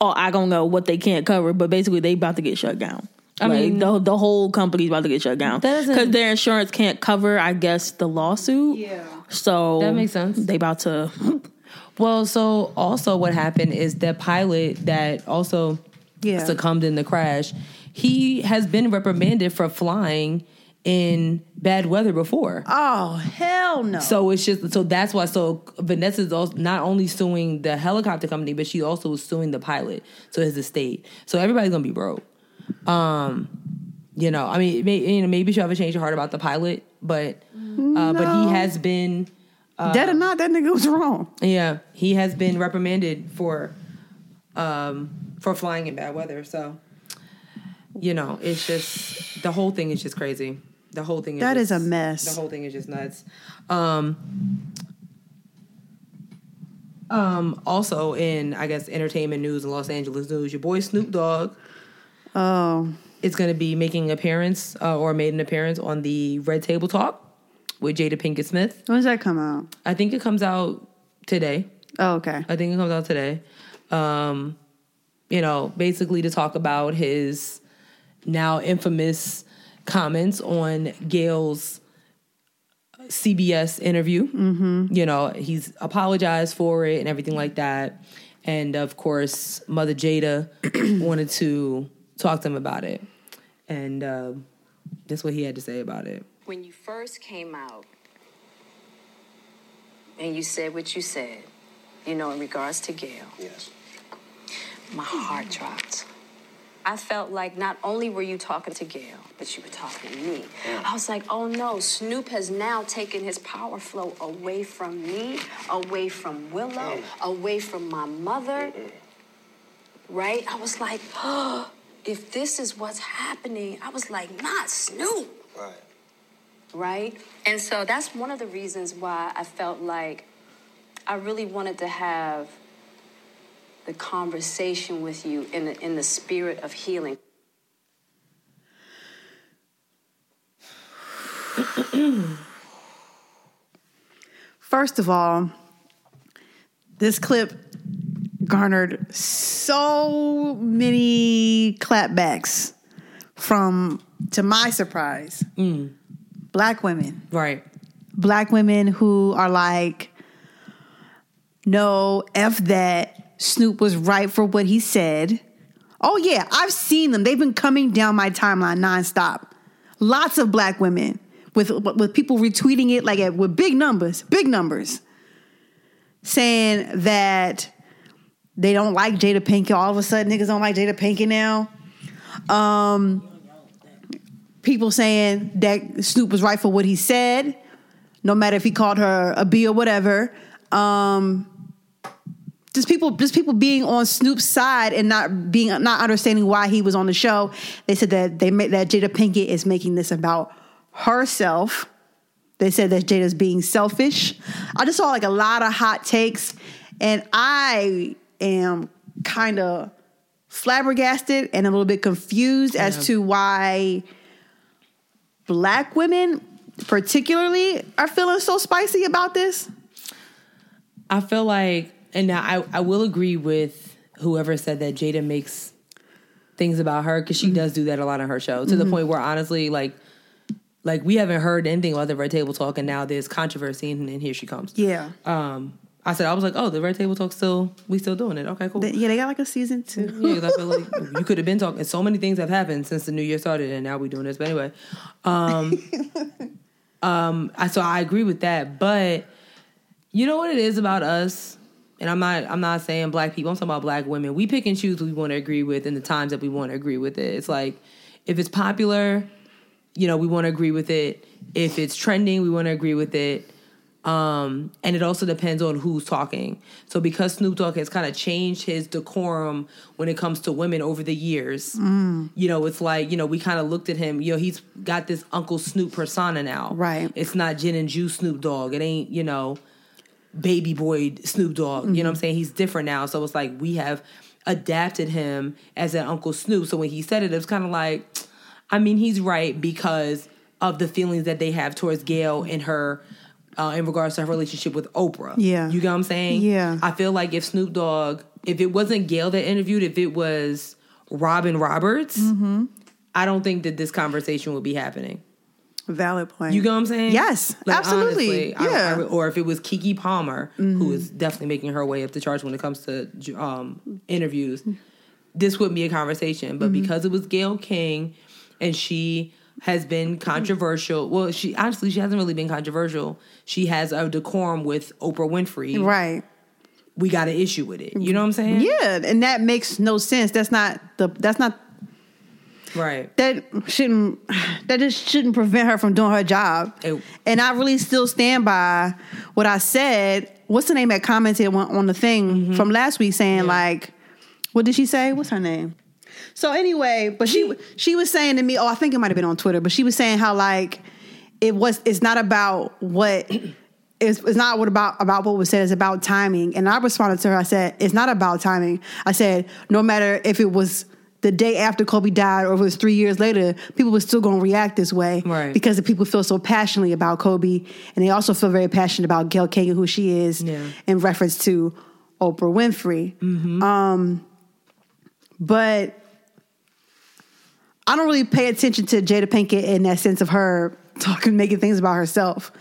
Oh, I don't know what they can't cover, but basically they about to get shut down. I mean, the the whole company's about to get shut down That doesn't- because their insurance can't cover, I guess, the lawsuit. yeah. So That makes sense. They about to Well, so also what happened is that pilot that also Yeah. succumbed in the crash, he has been reprimanded for flying in bad weather before. Oh, hell no. So it's just so that's why so Vanessa's also not only suing the helicopter company, but she also is suing the pilot, so his estate. So everybody's gonna be broke. Um, you know, I mean, may, you know, maybe she'll have a change of heart about the pilot, but uh, but he has been. uh, Dead or not, that nigga was wrong. Yeah, he has been reprimanded for um for flying in bad weather. So you know, it's just the whole thing is just crazy. The whole thing is That is just- a mess. The whole thing is just nuts. Um um, also in I guess entertainment news and Los Angeles news, your boy Snoop Dogg Oh, is going to be making an appearance uh, or made an appearance on the Red Table Talk with Jada Pinkett Smith. when does that come out? I think it comes out today. Oh, okay. I think it comes out today. Um, you know, basically to talk about his now infamous comments on Gail's CBS interview. Mm-hmm. You know, he's apologized for it and everything like that. And of course, Mother Jada wanted to talk to him about it. And um that's what he had to say about it. When you first came out and you said what you said, you know, in regards to Gail, Yes. my heart dropped. I felt like not only were you talking to Gail, but you were talking to me. I was like, oh no, Snoop has now taken his power flow away from me, away from Willow, away from my mother. Right? I was like, oh, if this is what's happening, I was like, not Snoop Right. right? And so that's one of the reasons why I felt like I really wanted to have the conversation with you in the, in the spirit of healing. First of all, this clip garnered so many clapbacks from, to my surprise, black women. Right. black women who are like, no, F that. Snoop was right for what he said. Oh, yeah, I've seen them. They've been coming down my timeline nonstop. Lots of black women with, with people retweeting it like at, with big numbers, big numbers, saying that they don't like Jada Pinkett. All of a sudden, niggas don't like Jada Pinkett now. Um, people saying that Snoop was right for what he said, no matter if he called her a B or whatever. Um, just people, just people being on Snoop's side and not being not understanding why he was on the show. They said that they made that Jada Pinkett is making this about herself. They said that Jada's being selfish. I just saw like a lot of hot takes, and I am kind of flabbergasted and a little bit confused as to why black women, particularly, are feeling so spicy about this. I feel like, and now I, I will agree with whoever said that Jada makes things about her because she Mm-hmm. does do that a lot on her show to the point where honestly, like, like we haven't heard anything other than Red Table Talk, and now there's controversy, and, and here she comes. Yeah, Um, I said I was like, oh, the Red Table Talk still, we still doing it. Okay, cool. yeah, they got like a season two. Yeah, 'cause I feel like you could have been talking. So many things have happened since the new year started, and now we're doing this. But anyway, um, um, I, so I agree with that. But you know what it is about us, and I'm not, I'm not saying black people. I'm talking about black women. We pick and choose what we want to agree with, and the times that we want to agree with it. It's like if it's popular, you know, we want to agree with it. If it's trending, we want to agree with it. Um, and it also depends on who's talking. So because Snoop Dogg has kind of changed his decorum when it comes to women over the years, you know, it's like, you know, we kind of looked at him, you know, he's got this Uncle Snoop persona now. Right. It's not gin and juice Snoop Dogg. It ain't, you know, baby boy Snoop Dogg. You Mm-hmm. know what I'm saying? He's different now. So it's like we have adapted him as an Uncle Snoop. So when he said it, it was kind of like, I mean, he's right because of the feelings that they have towards Gail and her. Uh, in regards to her relationship with Oprah. Yeah. You get what I'm saying? Yeah. I feel like if Snoop Dogg, if it wasn't Gail that interviewed, if it was Robin Roberts, Mm-hmm. I don't think that this conversation would be happening. Valid point. You get what I'm saying? Yes, absolutely. I- Yeah. Mm-hmm. I- or if it was Kiki Palmer, who is definitely making her way up the charts when it comes to um, interviews, this would be a conversation. But Mm-hmm. because it was Gail King, and she has been controversial. Well, she honestly she hasn't really been controversial. She has a decorum with Oprah Winfrey. right? Mm-hmm. We got an issue with it. You know what I'm saying? Yeah, and that makes no sense. That's not the. That's not Right. that shouldn't that just shouldn't prevent her from doing her job. Ew. And I really still stand by what I said. What's the name that commented on, on the thing from last week saying like, what did she say? What's her name? So anyway, but she she was saying to me, oh, I think it might have been on Twitter, but she was saying how like it was. It's not about what. It's, it's not what about about what was said. It's about timing. And I responded to her. I said, "It's not about timing." I said, "No matter if it was the day after Kobe died or if it was three years later, people were still going to react this way Right. because the people feel so passionately about Kobe, and they also feel very passionate about Gail King and who she is Yeah. in reference to Oprah Winfrey." Mm-hmm. Um, but I don't really pay attention to Jada Pinkett in that sense of her talking, making things about herself.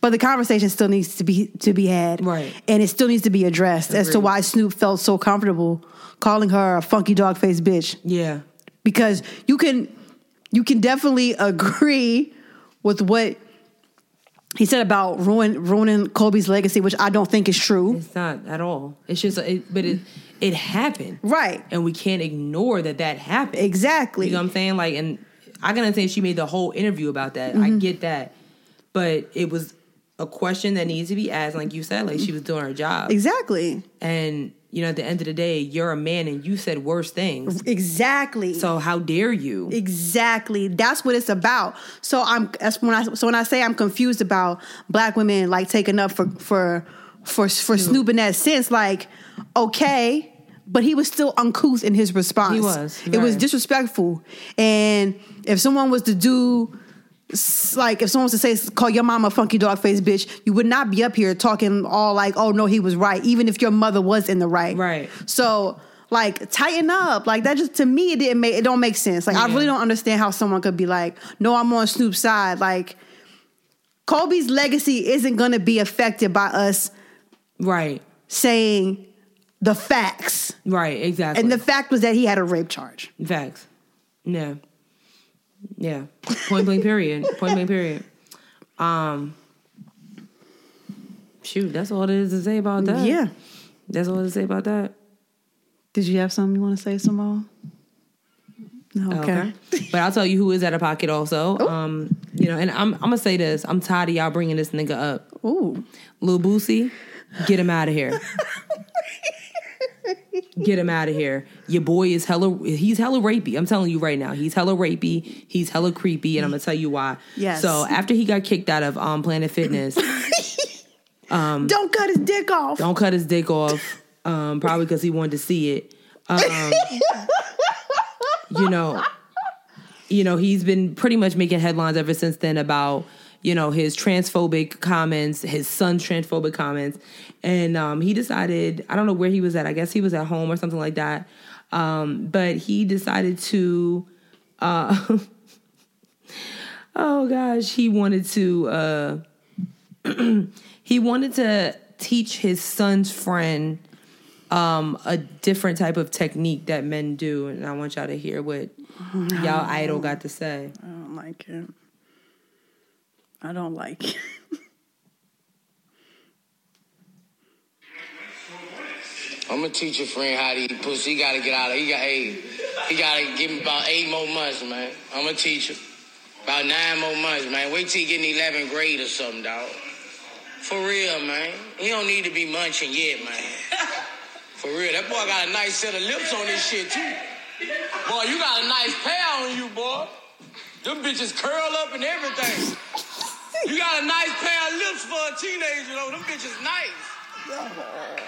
But the conversation still needs to be to be had, Right. And it still needs to be addressed as to Agreed. why Snoop felt so comfortable calling her a funky dog face bitch Yeah. because you can you can definitely agree with what he said about ruin, ruining Kobe's legacy, which I don't think is true, It's not at all. It's just, it, but it it happened, right? and we can't ignore that that happened. Exactly. You know what I'm saying? Like, and I can understand she made the whole interview about that. Mm-hmm. I get that. But it was a question that needs to be asked. Like you said, like she was doing her job. Exactly. And, you know, at the end of the day, you're a man and you said worse things. Exactly. So how dare you? Exactly. That's what it's about. So I'm that's when I so when I say I'm confused about black women like taking up for for for for Snoop in that sense, like, okay, but he was still uncouth in his response. He was, It was right. disrespectful. And if someone was to do s- like if someone was to say call your mama a funky dog face bitch, you would not be up here talking all like, oh no, he was right, even if your mother was in the right. Right. So like tighten up. Like that just to me it didn't make it don't make sense. Like I really don't understand how someone could be like, no, I'm on Snoop's side. Like Kobe's legacy isn't gonna be affected by us Right. saying the facts. Right. Exactly. And the fact was that he had a rape charge. Facts. Yeah. Yeah. Point blank period. Point blank period. Um shoot, that's all there is to say about that. Yeah. That's all to say about that. Did you have something you want to say, Samal? Oh, Okay. Oh. But I'll tell you who is out of pocket also. Um, you know, and I'm I'm gonna say this. I'm tired of y'all bringing this nigga up. Ooh. Lil Boosie, get him out of here. get him out of here. Your boy is hella he's hella rapey. I'm telling you right now. He's hella rapey, he's hella creepy, and I'm gonna tell you why. Yes. So after he got kicked out of um Planet Fitness, Um, Don't cut his dick off. don't cut his dick off. Um, probably because he wanted to see it. Um, you know, you know, he's been pretty much making headlines ever since then about you know his transphobic comments, his son's transphobic comments, and um, he decided I don't know where he was at. I guess he was at home or something like that. Um, but he decided to. Uh, oh gosh, he wanted to. Uh, he wanted to teach his son's friend um, a different type of technique that men do, and I want y'all to hear what y'all idol got to say. I don't like it. I don't like it. I'm gonna teach your friend how to eat pussy. He gotta get out of. He got eight. He gotta give him about eight more months, man. I'm gonna teach him about nine more months, man. Wait till he get in 11th grade or something, dog. For real, man. He don't need to be munching yet, man. For real, that boy got a nice set of lips on this shit too. Boy, you got a nice pair on you, boy. Them bitches curl up and everything. You got a nice pair of lips for a teenager, though. Them bitches nice.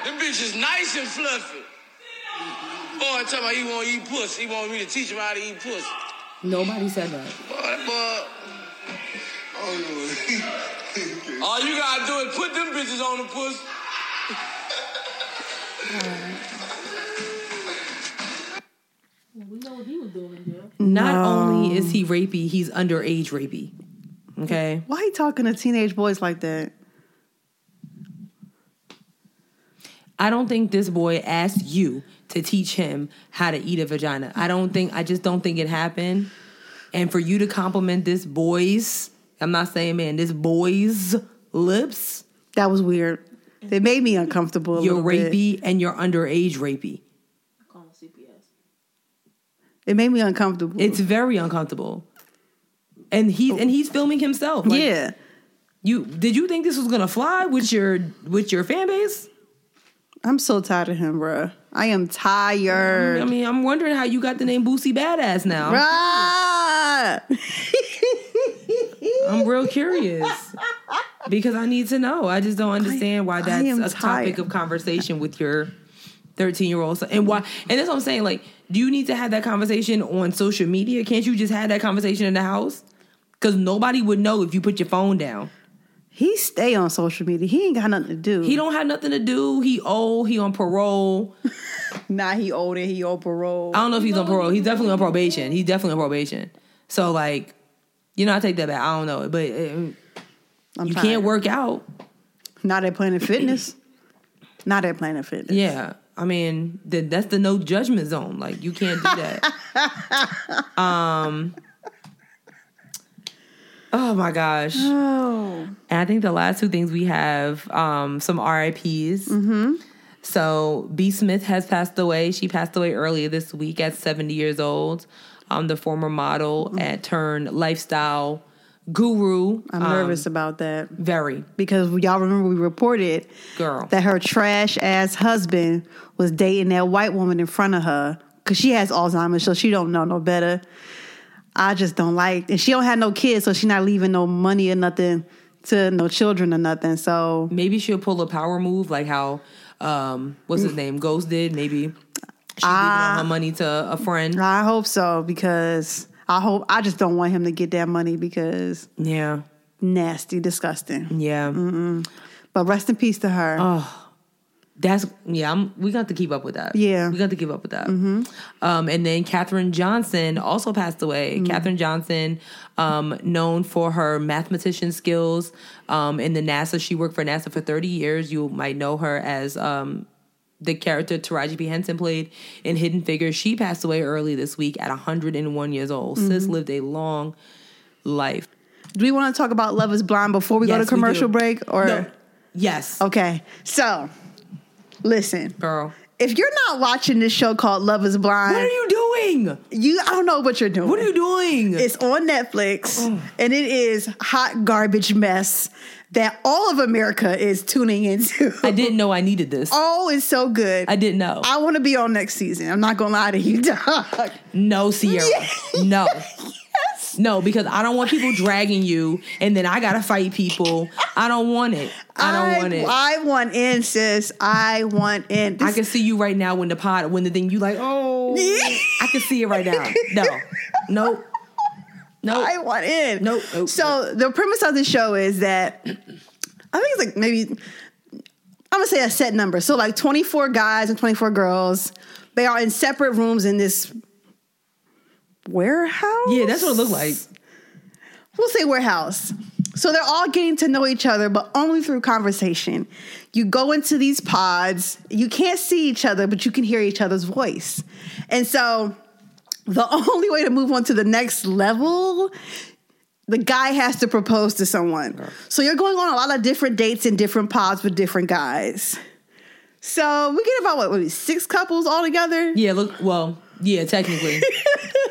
Them bitches nice and fluffy. Boy, tell me he want to eat pussy. He want me to teach him how to eat pussy. Nobody said that. Boy, that boy. All you gotta do is put them bitches on the pussy. Well, we know what he was doing in jail. Not No. only is he rapey, he's underage rapey. Okay, Why he talking to teenage boys like that? I don't think this boy asked you to teach him how to eat a vagina. I don't think. I just don't think it happened. And for you to compliment this boy's, I'm not saying man, this boy's lips. That was weird. It made me uncomfortable. A you're little bit. rapey and you're underage rapey. I call him CPS. It made me uncomfortable. It's very uncomfortable. And he and he's filming himself. Like, Oh. yeah. You did you think this was gonna fly with your with your fan base? I'm so tired of him, bruh. I am tired. I mean, I'm wondering how you got the name Boosie Badass now. Bruh. I'm real curious because I need to know. I just don't understand why I that's am a topic tired. of conversation with your 13 year old son. And why? And that's what I'm saying. Like, do you need to have that conversation on social media? Can't you just have that conversation in the house? Because nobody would know if you put your phone down. he stay on social media. He ain't got nothing to do. He don't have nothing to do. He old. He on parole. Nah, he old and he on parole. I don't know if he's on parole. He's definitely on probation. He's definitely on probation. So like, you know, I take that back. I don't know, but uh, I'm you tired. can't work out. Not at Planet Fitness. Not at Planet Fitness. Yeah, I mean, the, that's the no judgment zone. Like, you can't do that. um. Oh my gosh. Oh. And I think the last two things we have um, some RIPS. So B. Smith has passed away. She passed away earlier this week at 70 years old. Um, the former model at Turn Lifestyle Guru. I'm Um, nervous about that. Very Because y'all remember we reported girl. that her trash ass husband was dating that white woman in front of her because she has Alzheimer's, so she don't know no better. I just don't like, and she don't have no kids, so she not leaving no money or nothing to no children or nothing. So Maybe she'll pull a power move like how um, what's his name Ghost did. Maybe she's leaving all her money to a friend. I hope so because I hope I just don't want him to get that money because Yeah, nasty, disgusting. yeah. But rest in peace to her. Oh. That's yeah. I'm, we got to keep up with that. Yeah. Mm-hmm. we got to keep up with that. Um, and then Katherine Johnson also passed Mm-hmm. away. Katherine Johnson, um, known for her mathematician skills, um, in the NASA. She worked for NASA for thirty years. You might know her as um, the character Taraji P Henson played in Hidden Figures. She passed away early this week at 101 years old. Mm-hmm. Sis lived a long life. do we want to talk about Love Is Blind before we go Yes, to we do. commercial break? Or No. Yes, okay, so listen. girl. if you're not watching this show called Love Is Blind, What are you doing? you- I don't know what you're doing. What are you doing? Oh. It's on Netflix, and it is hot garbage mess that all of America is tuning into. I didn't know I needed this. Oh, it's so good. I didn't know. I want to be on next season. I'm not gonna lie to you, dog. No, Sierra. No. No, because I don't want people dragging you and then I gotta fight people. I don't want it. I don't want it. I, I want in, sis. I want in. This- can see you right now when the pod when the thing you like, oh I can see it right now. No. Nope. Nope. I want in. Nope, nope, so the premise of the show is that I think it's like maybe I'm gonna say a set number. So like 24 guys and 24 girls. They are in separate rooms in this warehouse. Yeah, that's what it looked like. we'll say warehouse. So they're all getting to know each other, but only through conversation. You go into these pods, you can't see each other, but you can hear each other's voice. And so the only way to move on to the next level, the guy has to propose to someone. So you're going on a lot of different dates in different pods with different guys. So we get about what, maybe six couples all together? Yeah, look well, yeah, technically.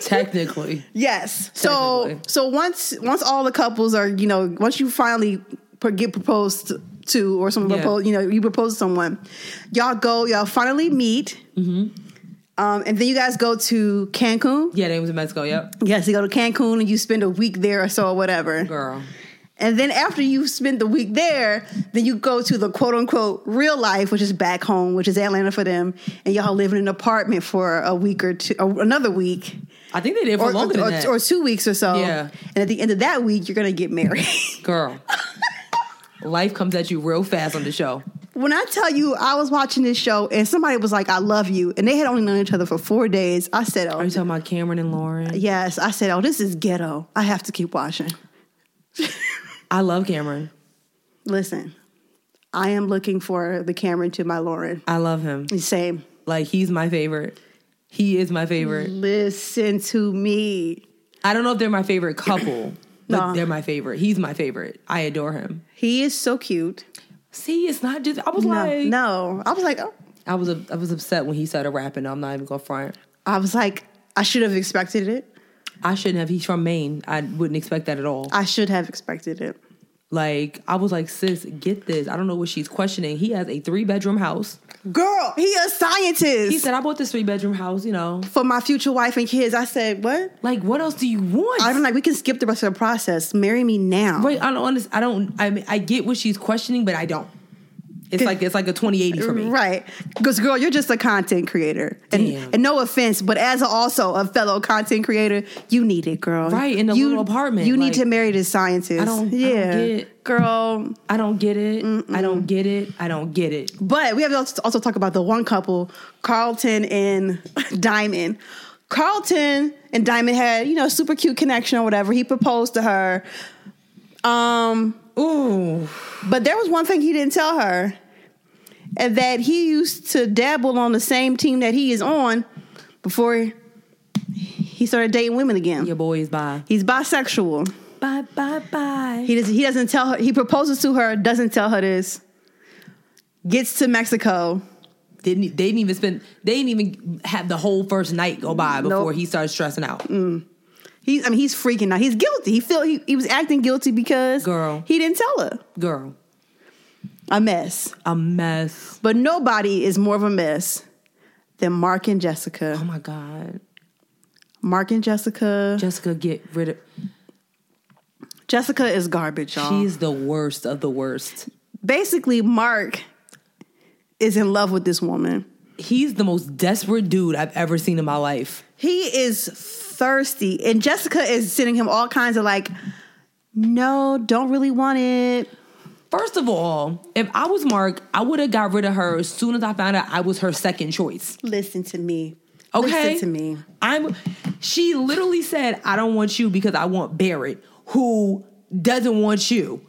technically. Yes. So Technically. so once once all the couples are you know once you finally pro- get proposed to or someone Yeah. propose you know you propose to someone, y'all go y'all finally meet. Mm-hmm. Um, and then you guys go to Cancun. Yeah, they was in Mexico, yep. Yes, you go to Cancun and you spend a week there or so or whatever. Girl. And then after you spend the week there, then you go to the quote unquote real life, which is back home, which is Atlanta for them, and y'all live in an apartment for a week or two, or another week I think they did for or, longer or, than that. or two weeks or so. Yeah. And at the end of that week, you're gonna get married. Girl. Life comes at you real fast on the show. when I tell you, I was watching this show and somebody was like, "I love you," and they had only known each other for four days. I said, "Oh, Are you talking about Cameron and Lauren? yes." I said, "Oh, this is ghetto. I have to keep watching." I love Cameron. Listen, I am looking for the Cameron to my Lauren. I love him. Same. Like he's my favorite. He is my favorite. Listen to me. I don't know if they're my favorite couple, but Nah. they're my favorite. He's my favorite. I adore him. He is so cute. See, it's not just I was No, like no. I was like, oh. I was I was upset when he started rapping. I'm not even gonna front. I was like, I should have expected it. I shouldn't have. He's from Maine. I wouldn't expect that at all. I should have expected it. Like I was like, sis, get this. I don't know what she's questioning. He has a three bedroom house. Girl, he a scientist. He said, I bought this three bedroom house. You know, for my future wife and kids. I said, what? like what else do you want? I'm like, we can skip the rest of the process. Marry me now. Right, I don't understand. I don't. I mean, I get what she's questioning, but I don't. It's like it's like a twenty eighty for me. Right. Because, girl, you're just a content creator. And, Damn. and no offense, but as a, also a fellow content creator, you need it, girl. Right, in the you, little apartment, You need like- to marry this scientist. I don't- I don't yeah. get- Girl. I don't get it. I don't get it. I don't get it. But we have to also- also talk about the one couple, Carlton and Diamond. Carlton and Diamond had, you know, super cute connection or whatever. He proposed to her. Um, Ooh, But there was one thing he didn't tell her, and that he used to dabble on the same team that he is on before he started dating women again. your boy is bye. He's bisexual. Bye bye bye. He doesn't. He doesn't tell her. He proposes to her. Doesn't tell her this. Gets to Mexico. Didn't e, they didn't even spend? They didn't even have the whole first night go by before Nope. he started stressing out. He. I mean, he's freaking out. He's guilty. He feel he, he was acting guilty because Girl. he didn't tell her. Girl, A mess. a mess. But nobody is more of a mess than Mark and Jessica. Oh my god, Mark and Jessica. Jessica, get rid of. Jessica is garbage, y'all. She's the worst of the worst. basically Mark is in love with this woman. He's the most desperate dude I've ever seen in my life. He is thirsty, and Jessica is sending him all kinds of like, no, don't really want it. First of all, if I was Mark, I would have got rid of her as soon as I found out I was her second choice. Listen to me. Okay. Listen to me. I'm she literally said, I don't want you because I want Barrett, who doesn't want you.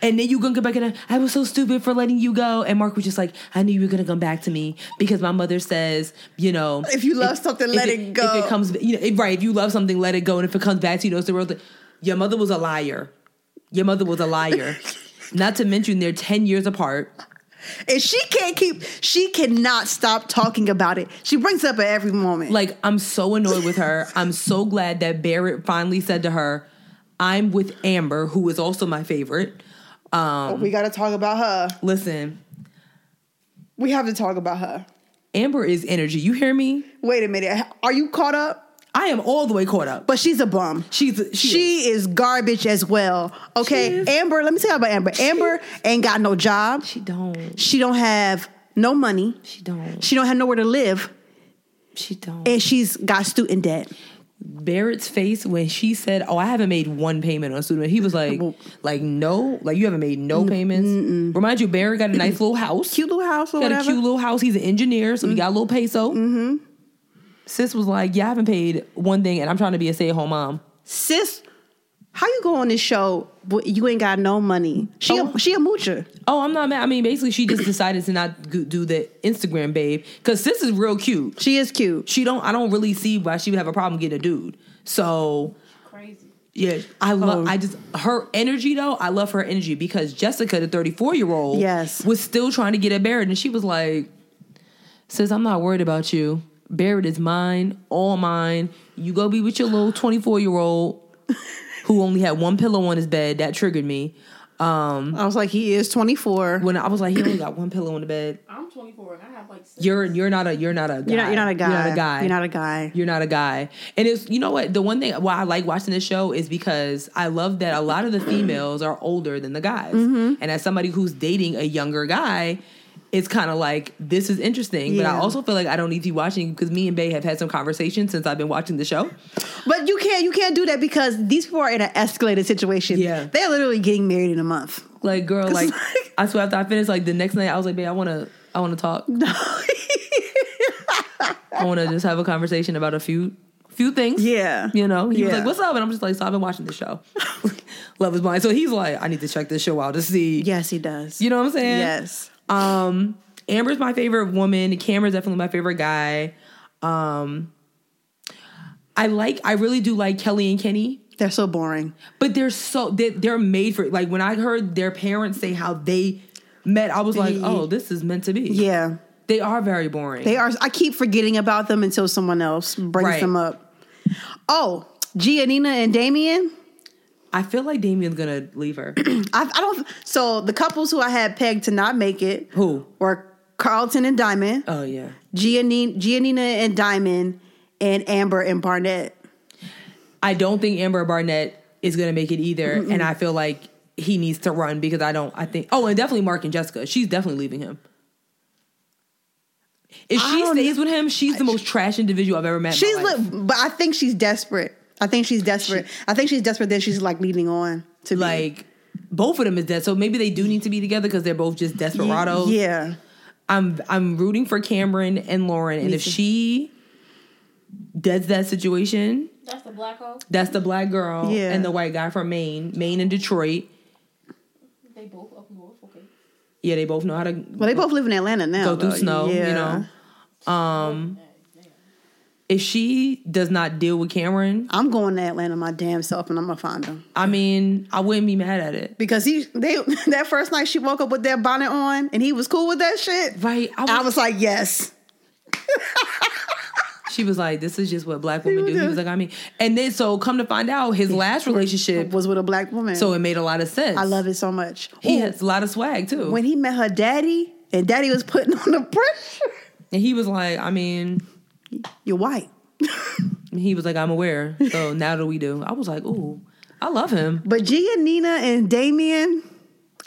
And then you gonna come back and I was so stupid for letting you go. And Mark was just like, I knew you were gonna come back to me because my mother says, you know, If you love something, let it go. If it comes, you know, if- right? If you love something, let it go. And if it comes back to you, know it's the real thing. Your mother was a liar. Your mother was a liar. Not to mention they're ten years apart. And she can't keep, she cannot stop talking about it. She brings it up at every moment. Like, I'm so annoyed with her. I'm so glad that Barrett finally said to her, I'm with Amber, who is also my favorite. Um, we got to talk about her. Listen, We have to talk about her. Amber is energy. You hear me? Wait a minute. Are you caught up? I am all the way caught up. But she's a bum. She's she, she is. garbage as well. Okay, Amber. Let me tell you about Amber. Amber ain't got no job. she don't. She don't have no money. She don't. She don't have nowhere to live, She don't. and she's got student debt. Barrett's face when she said, "Oh, I haven't made one payment on student." He was like, "Like no, like you haven't made no payments." Remind you, Barrett got a nice little house, Cute little house or got whatever. a cute little house. He's an engineer, so he got a little peso. Mm-hmm. Sis was like, "Yeah, I haven't paid one thing, and I'm trying to be a stay at home mom." Sis, how you go on this show? But you ain't got no money. She Oh. a, she a moocher. Oh, I'm not mad. I mean, basically, she just decided to not go- do the Instagram, babe, because sis is real cute. She is cute. She don't. I don't really see why she would have a problem getting a dude. So Yeah, I love. I just her energy though. I love her energy because Jessica, the thirty-four year old, Yes. was still trying to get at Barrett, and she was like, "Says I'm not worried about you. Barrett is mine, all mine. You go be with your little twenty-four year old who only had one pillow on his bed. That triggered me. Um, I was like, he is twenty four. when I was like, he only got one pillow on the bed. I'm 24 and I have like six. You're you're not a you're not a guy. You're not, you're not a guy. You're not a guy. You're not a guy. You're not a guy. And it's you know what? The one thing why I like watching this show is because I love that a lot of the females are older than the guys. Mm-hmm. And as somebody who's dating a younger guy, it's kind of like this is interesting, but I Yeah. also feel like I don't need to be watching because me and Bay have had some conversations since I've been watching the show. But you can't you can't do that because these people are in an escalated situation. Yeah. they're literally getting married in a month. Like, girl, like like- I swear after I finished, like the next night I was like, Babe, I wanna I wanna talk. I wanna just have a conversation about a few few things. Yeah. You know, he was Yeah. like, "What's up?" And I'm just like, "So I've been watching the show, Love Is Blind." So he's like, "I need to check this show out to see." Yes, he does. you know what I'm saying? Yes. Um, Amber's my favorite woman. Cameron's definitely my favorite guy. Um, I like, I really do like Kelly and Kenny, They're so boring. but they're so they, they're made for it. Like when I heard their parents say how they met, I was like, Ye- "Oh, this is meant to be." Yeah. they are very boring. They are I keep forgetting about them until someone else brings Right. them up. Oh, Giannina and Damien. I feel like Damien's gonna leave her. I, I don't so the couples who I had pegged to not make it Who? were Carlton and Diamond, oh yeah. Giannina, Giannina and Diamond, and Amber and Barnett. I don't think Amber Barnett is going to make it either, and I feel like he needs to run because I don't. I think. Oh, and definitely Mark and Jessica. She's definitely leaving him. If I she don't e- stays with him, she's the most trash individual I've ever met. in my She's life. li- but I think she's desperate. I think she's desperate. I think she's desperate that she's like leading on to be- like both of them is dead. So maybe they do need to be together because they're both just desperados. Yeah. I'm I'm rooting for Cameron and Lauren, and if she does that situation, That's the black hole. that's the black girl Yeah. and the white guy from Maine, Maine and Detroit. They both up north. Okay. Yeah, they both know how to Well, they both live in Atlanta now. go through though. snow, you know. Um if she does not deal with Cameron, I'm going to Atlanta my damn self, and I'm gonna find him I mean, I wouldn't be mad at it. because he they that first night she woke up with that bonnet on, and he was cool with that shit. Right. I was, I was like, yes, she was like, This is just what black women do. He was like, I mean and then so come to find out his last relationship was with a black woman. so it made a lot of sense. I love it so much. He Ooh, has a lot of swag too. when he met her daddy, and daddy was putting on the pressure. and he was like, I mean, You're white, he was like, I'm aware. So now that we do. I was like, Ooh, I love him. but Gia, Nina, and Damien.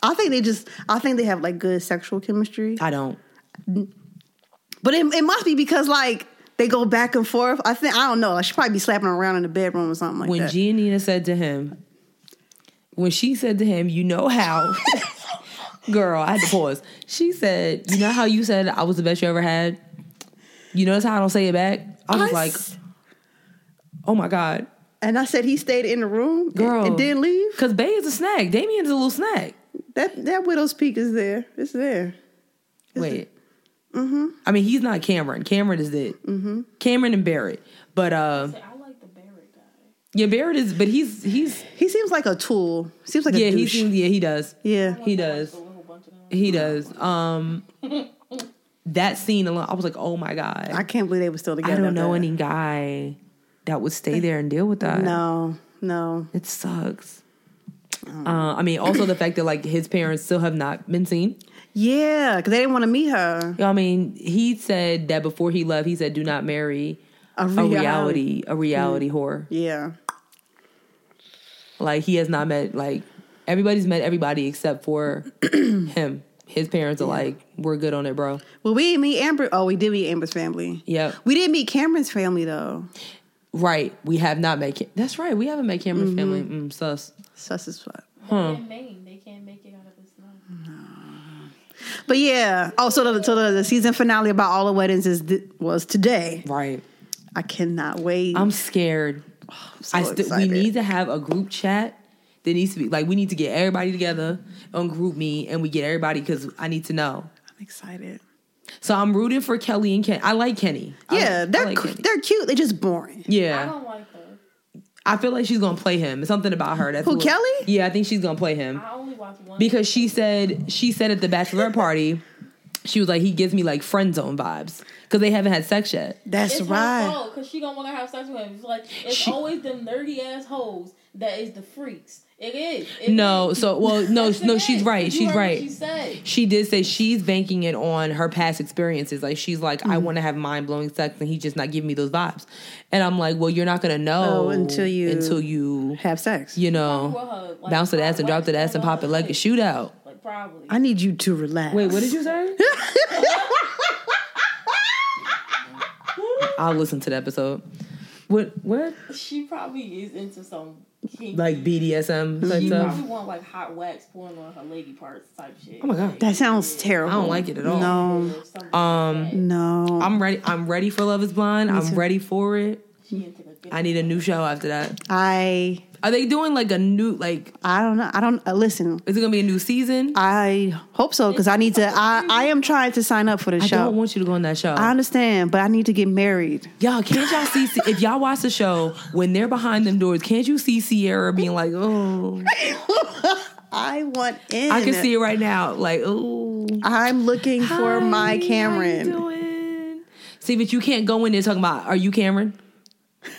I think they just, I think they have like good sexual chemistry. I don't. But it, it must be because like they go back and forth. I think I don't know. Like she probably be slapping him around in the bedroom or something like when that. Giannina said to him, when she said to him, you know how, girl, I had to pause. She said, you know how you said I was the best you ever had. You notice how I don't say it back. I was I like, s- oh my god, and I said he stayed in the room, and- Girl. and didn't leave. because Bay is a snack. Damien's a little snack. That that widow's peak is there. It's there. Wait. Mm-hmm. I mean, he's not Cameron. Cameron is it. Mm-hmm. Cameron and Barrett, but uh, I like the Barrett guy. yeah, Barrett is. But he's he's He seems like a tool. Seems like yeah a he douche. seems yeah he does yeah. he does. A whole bunch of them. He does. Um, that scene alone, I was like, oh my god. I I, can't believe they were still together. don't know after any guy that would stay there and deal with that. that. No, no. It sucks. Mm. Uh, I mean, also the fact that like his parents still have not been seen. Yeah, because they didn't want to meet her. I mean, he said that before he left, he said, "Do not marry A a reality. Mm. reality, a reality whore." Yeah. Like he has not met like everybody's met everybody except for him. His parents are like, "We're good on it, bro." Well, we didn't meet Amber. Oh, we did meet Amber's family. Yep. We didn't meet Cameron's family though. Right. We have not met. Cam- That's right. We haven't met Mm-hmm. Cameron's family. Mm, sus. Sus as fuck. Oh. In Maine, they can't make it out of this snow. But yeah. Oh, so the, so the, the season finale about all the weddings is th- was today. Right. I cannot wait. I'm scared. so I st- we excited. need to have a group chat. That needs to be like we need to get everybody together on group me and we get everybody because I need to know. I'm excited. So I'm rooting for Kelly and Ken. I like Kenny. I Yeah, like- I they're like cu- Kenny. they're cute. They're just boring. I yeah. don't like her. I, feel like she's gonna play him. It's something about her. That's Who, what- Kelly? Yeah, I think she's gonna play him I only watch one. because she said she said at the bachelorette party she was like he gives me like friend zone vibes because they haven't had sex yet. That's it's right. her fault because she don't want to have sex with him. It's like it's She- always them nerdy ass hoes that is the freaks. It is. It No, is. so well, no, That's no, it. she's right. You She's heard what right. She said. she did say she's banking it on her past experiences. Like she's like, I want to have mind blowing sex, and he's just not giving me those vibes. And I'm like, well, you're not gonna know Oh, until you- until you Have sex. you know Well, her, like, bounce that ass and drop that ass and pop it like a shootout. Like probably. I need you to relax. Wait, what did you say? I'll listen to the episode. What what she probably is into some kinky. like BDSM type she stuff? probably want like hot wax pouring on her lady parts type shit. Oh my god, um, That sounds terrible. I don't like it at all. No, Or something um, like that. no. I'm ready. I'm ready for Love Is Blind. I'm ready for it. She into the I need a new show after that. I Are they doing like a new like? I don't know. I don't uh, listen. Is it gonna be a new season? I, I hope so because I need to. I I am trying to sign up for the show. don't want you to go on that show. I understand, but I need to get married. y'all can't y'all see if y'all watch the show when they're behind them doors? Can't you see Sierra being like, oh, I want in. I can see it right now, like, oh, I'm looking for my Cameron. See, but you can't go in there talking about are you Cameron?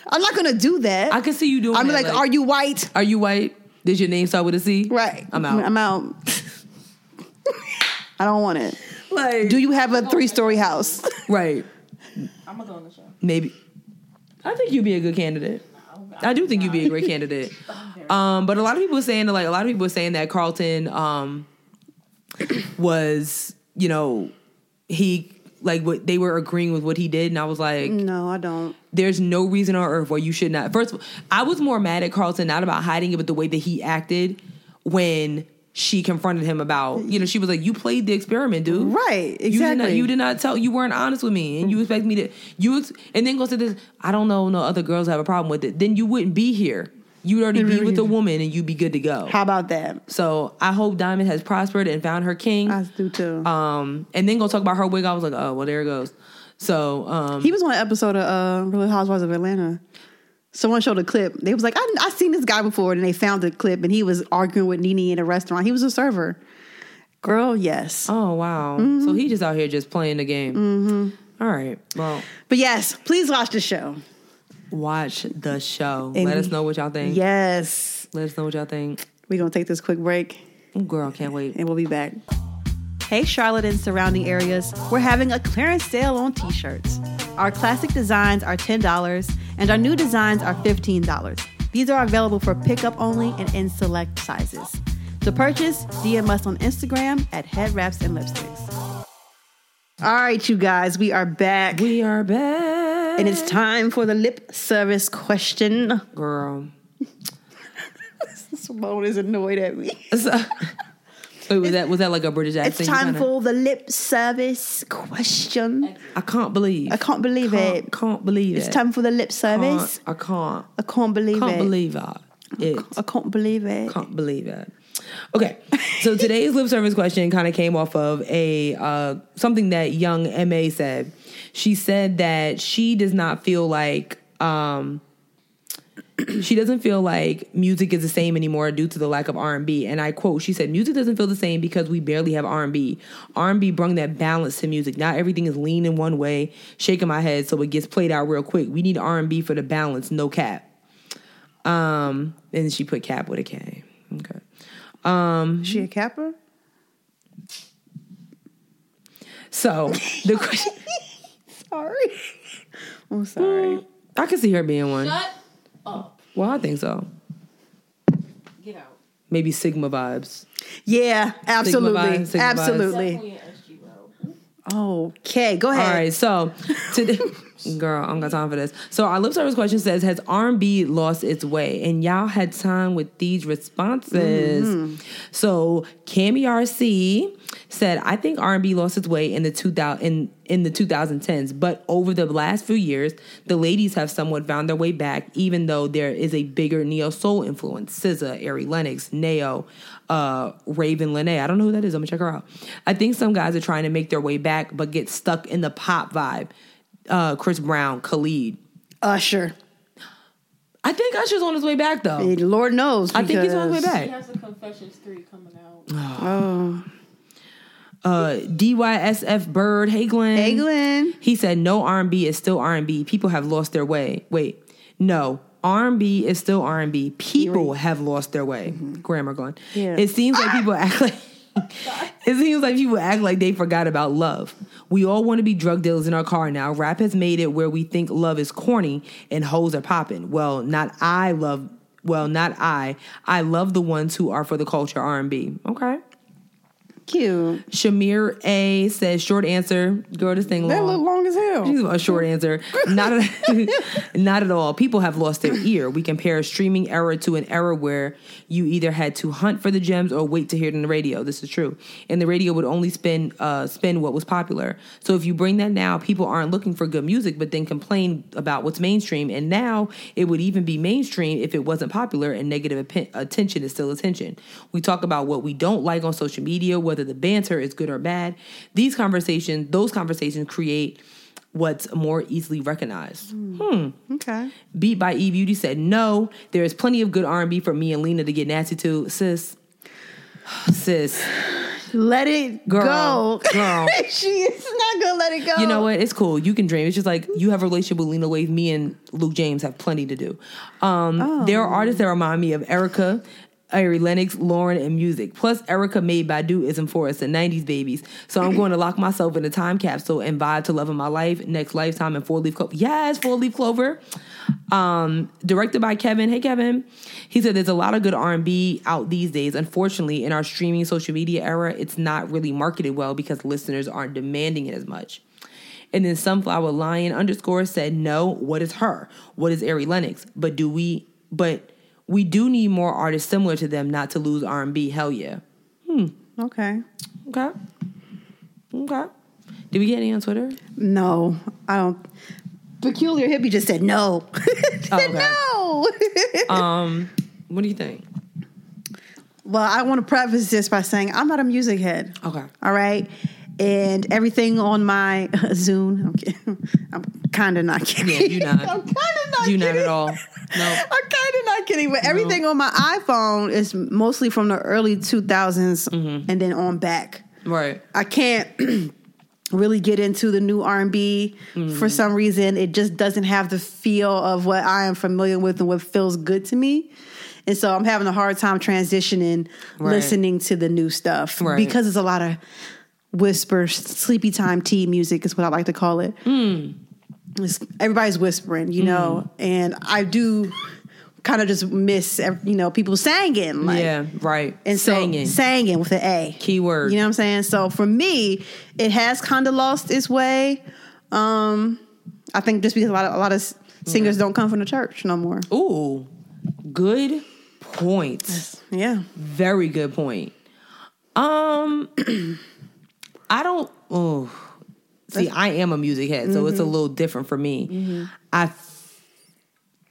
I'm not gonna do that. I I can see you doing. am that, like, are you white? Are you white? Does your name start with a C? Right. I'm out. I'm out. I don't want it. Like, Do you have a three story house? right? I'm gonna go on the show. Maybe. I think you'd be a good candidate. I do think you'd be a great candidate. Um, but a lot of people were saying that, like a lot of people were saying that Carlton um, was, you know, he like what they were agreeing with what he did, and I was like, No, I don't. there's no reason on earth why you should not. First of all, I was more mad at Carlton not about hiding it, but the way that he acted when she confronted him about, you know, she was like, "You played the experiment, dude. Right, You did not, exactly. Mm-hmm. you did not tell. You weren't honest with me, and you expect me to. You ex- and then goes to this. I don't know. No other girls have a problem with it. Then you wouldn't be here. You'd already be with a woman, and you'd be good to go. How about that? So I hope Diamond has prospered and found her king. I do too. um, and then go talk about her wig. I was like, oh well, there it goes. So um, He was on an episode of uh, Real Housewives of Atlanta. Someone showed a clip. They was like, I, I seen this guy before, and they found the clip, and he was arguing with Nene in a restaurant. He was a server. Girl, yes. Oh wow! Mm-hmm. So he just out here just playing the game. All right. Well, But yes, please watch the show. watch the show. And Let us we- know what y'all think. Yes. Let us know what y'all think. We're going to take this quick break. Ooh, Girl, can't wait. and we'll be back. Hey, Charlotte and surrounding areas, we're having a clearance sale on t shirts. Our classic designs are $10 and our new designs are $15. These are available for pickup only and in select sizes. To purchase, DM us on Instagram at Head Wraps and Lipsticks. All right, you guys, we are back. We are back, and it's time for the lip service question. girl. Simone is annoyed at me. So, wait, was that was that like a British It's accent? you time kinda- for the lip service question. I can't believe. I can't believe it. Can't, can't believe It's it. time for the lip service. Can't, I can't. I can't believe Can't it. Oh, believe it. It. I can't believe it. Can't believe it. Okay, so today's lip service question kind of came off of a uh, something that young Ma said. She said that she does not feel like um, she doesn't feel like music is the same anymore due to the lack of R&B. And I quote, she said, "Music doesn't feel the same because we barely have R&B. R&B brung that balance to music. Not everything is lean in one way, shaking my head so it gets played out real quick. We need R&B for the balance, no cap." Um, and she put cap with a K. Okay. Is she a capper? So, the question Sorry. I'm sorry. I can see her being one. Shut up. Well, I think so. Get out. Maybe Sigma vibes. Yeah, absolutely. vibes, Sigma vibes. absolutely. Okay, go All ahead. right, so today, girl, I don't got time for this. So our lip service question says, "Has R and B lost its way?" And y'all had time with these responses. So Cami RC said, "I think R and B lost its way in the two thousand in, in the 2010s, but over the last few years, the ladies have somewhat found their way back, even though there is a bigger neo soul influence. SZA, Ari Lennox, Neo, uh, Raven Lene. I don't know who that is. I'm gonna check her out. I think some guys are trying to make their way back, but get stuck in the pop vibe. Uh, Chris Brown, Khalid. Usher. I think Usher's on his way back though. Hey, Lord knows. I think he's on his way because- back. He has a Confessions 3 coming out. Uh, DYSF Bird, hey Glenn. Hey, Glenn. He said, "No R&B is still R&B. People have lost their way. Wait, no." R&B is still R&B. People have lost their way. Grammar gone. Mm-hmm. Yeah. Ah! It seems like people act like it seems like people act like they forgot about love. We all want to be drug dealers in our car now. Rap has made it where we think love is corny and hoes are popping. Well, not I love. Well, not I. I love the ones who are for the culture R&B. Okay. Cute. Shamir A says short answer. Girl, this thing That long. look long as hell. She's a short answer. Not at, not at all. People have lost their ear. We compare a streaming era to an era where you either had to hunt for the gems or wait to hear it on the radio. This is true. And the radio would only spin uh, spin what was popular. So if you bring that now, people aren't looking for good music, but then complain about what's mainstream. And now it would even be mainstream if it wasn't popular. And negative appen- attention is still attention. We talk about what we don't like on social media, whether the banter is good or bad. These conversations, those conversations, create what's more easily recognized. Okay. Beat by E Beauty said, "No, there is plenty of good R&B for me and Lena to get nasty to, sis." Sis, Let it Girl, go. girl. she is not going to let it go. you know what? It's cool. You can dream. It's just like you have a relationship with Lena Wave. Me and Luke James have plenty to do. Um, There are artists that remind me of Erica, Ari Lennox, Lauren, and music. Plus, Erica made Badu isn't for us, the 90s babies. So I'm going to lock myself in a time capsule and vibe to love of my life, next lifetime, and four leaf clover. Yes, four leaf clover. um, directed by Kevin. Hey, Kevin. He said there's a lot of good R&B out these days. Unfortunately, in our streaming social media era, it's not really marketed well because listeners aren't demanding it as much. And then Sunflower Lion underscore said, "No, what is her? What is Ari Lennox? But do we? But we do need more artists similar to them, not to lose R&B. Hell yeah. Okay. Okay. Okay. Did we get any on Twitter? No, I don't. Peculiar hippie just said no. said Oh, no. Um, What do you think? well, I want to preface this by saying I'm not a music head. Okay. All right. And everything on my Zune, I'm, kidding. I'm kind of not kidding. Yeah, you not. I'm kind of not You kidding. not at all. No. I'm kind of not kidding. But everything on my iPhone is mostly from the early 2000s Mm-hmm. and then on back. Right. I can't really get into the new R and B for Mm. some reason. It just doesn't have the feel of what I am familiar with and what feels good to me. And so I'm having a hard time transitioning Right. listening to the new stuff Right. because it's a lot of whisper, sleepy time tea music is what I like to call it. Mm. It's- everybody's whispering, you know, and I do kind of just miss, ev- you know, people singing, like, yeah. Right. and so singing. singing with an A. Keyword. You know what I'm saying? So for me, it has kind of lost its way. Um, I think just because a lot of a lot of s- singers don't come from the church no more. Ooh, good point. Yeah, Very good point. Um, I don't. Oh, see, I am a music head, so it's a Mm-hmm. little different for me. I f-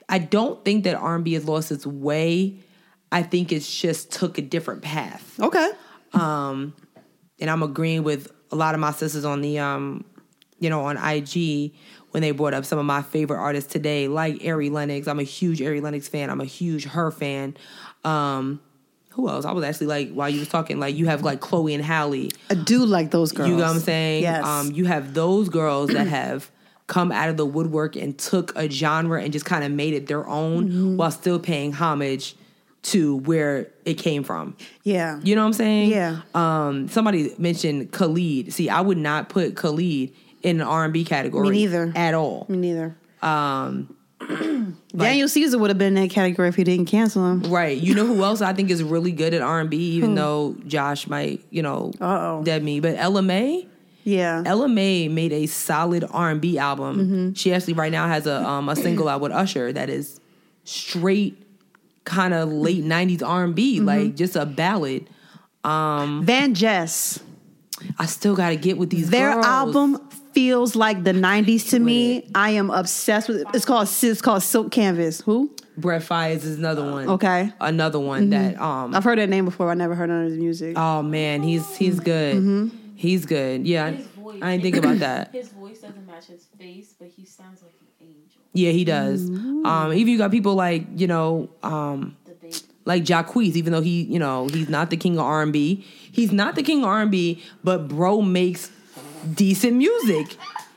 I don't think that R and B has lost its way. I think it's just took a different path. okay, Um, and I'm agreeing with a lot of my sisters on the um you know, on IG when they brought up some of my favorite artists today, like Ari Lennox. I'm a huge Ari Lennox fan. I'm a huge her fan. Um, who else? I was actually like while you was talking, like you have like Chloe and Hallie. I do like those girls. You know what I'm saying? Yes. Um, you have those girls that have come out of the woodwork and took a genre and just kind of made it their own Mm-hmm. while still paying homage to where it came from. yeah. You know what I'm saying? Yeah. Um, somebody mentioned Khalid. See, I would not put Khalid in an R&B category. Me neither. At all. Me neither. Um, Daniel Caesar would have been in that category if he didn't cancel him. Right. You know who else I think is really good at R&B, even though Josh might, you know, Uh-oh. dead me. But Ella May, Yeah. Ella May made a solid R and B album. Mm-hmm. She actually right now has a um, a single out with Usher that is straight kind of late nineties R and Mm-hmm. B, like just a ballad. Van Jess. I still gotta get with these Their girls. album feels like the '90s to me. I am obsessed with it. It's called it's called Silk Canvas. Who? Brett Fires is another one. Okay. Another one that um I've heard that name before. I never heard none of his music. oh man, he's he's good. He's good. Yeah. I- His voice. I didn't think about that. His voice doesn't match his face, but he sounds like an angel. Yeah, he does. Um Mm. even you got people like, you know, um The baby. like Jacquees, even though he, you know, he's not the king of R and B. He's not the king of R and B, but bro makes decent music.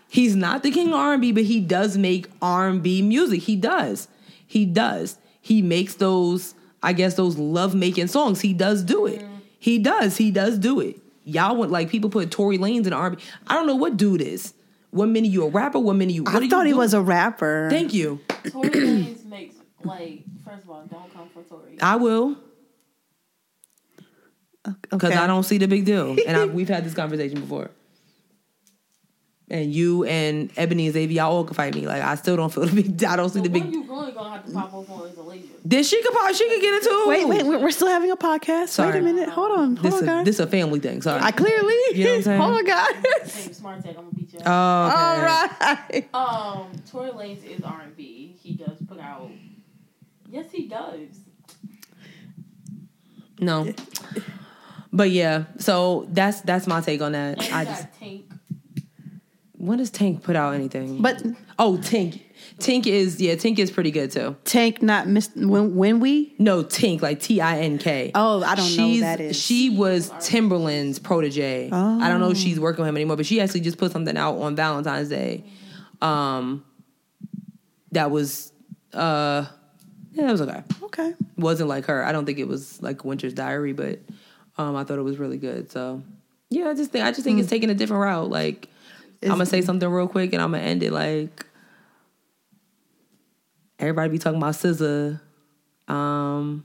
He's not the king of R and B, but he does make R and B music. He does. He does. He makes those, I guess, those love making songs. He does do it. He does. He does do it. Y'all want like people put Tory Lanez in R and B. I don't know what dude is. One minute you a rapper, one minute you. What I thought he was a A- rapper. Thank you. Tory Lanez makes like first of all, don't come for Tory. I will. because Okay. I don't see the big deal. And I, we've had this conversation before. And you and Ebony and Xavier, y'all all could fight me. Like I still don't feel the big. I don't see The the one big. you really gonna have to pop up on is Alasia. Then she could probably she could get it too. Wait, wait, we're we're still having a podcast. Wait Sorry. a minute. Hold on. Hold This on, a, guys. this a family thing. Sorry. I clearly. You know what I'm saying? Hold on, guys. Hey, smart tech, I'm gonna beat you. Oh, up. okay. All right. Uh, um, Tory Lanez is R and B. He does put out. Yes, he does. No. But yeah, so that's that's my take on that. And I he just got Tank. when does Tank put out anything? But oh, Tink, Tink is yeah, Tink is pretty good too. Tank not miss when when we No, Tink, like T I N K. Oh, I don't know who she's, that is. She was Timberland's protege. I don't know if Oh. she's working with him anymore, but she actually just put something out on Valentine's Day. Um, that was uh, yeah, that was okay. okay. Wasn't like her. I don't think it was like Winter's Diary, but um, I thought it was really good. So yeah, I just think I just Mm. think it's taking a different route. Like I'm gonna say something real quick and I'm gonna end it. Like everybody be talking about Scissor. Um.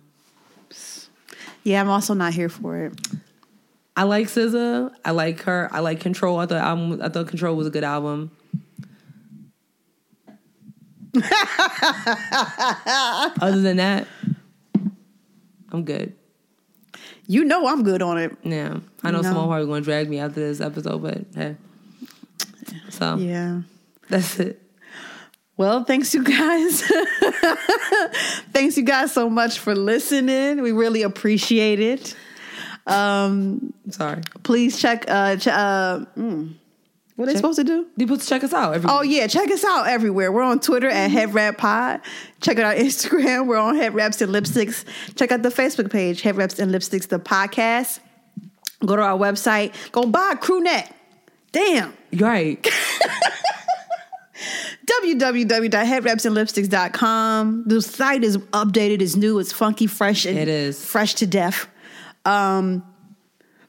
Yeah, I'm also not here for it. I like SZA. I like her. I like Control. I thought album, I thought Control was a good album. Other than that, I'm good. You know I'm good on it. Yeah, I know No. someone probably going to drag me after this episode, but hey. So Yeah. that's it. Well, thanks you guys. thanks you guys so much for listening. We really appreciate it. Um, I'm sorry. please check. Uh, ch- uh, mm, what are they Check- supposed to do? You supposed to check us out. Every- Oh yeah, check us out everywhere. We're on Twitter at Head Wrap Pod. Check out our Instagram. We're on Head Wraps and Lipsticks. Check out the Facebook page, Head Wraps and Lipsticks, the podcast. Go to our website. Go buy a crew neck. Damn. You're right. www.headwrapsandlipsticks.com. The site is updated, it's new, it's funky, fresh, and It is. fresh to death. Um,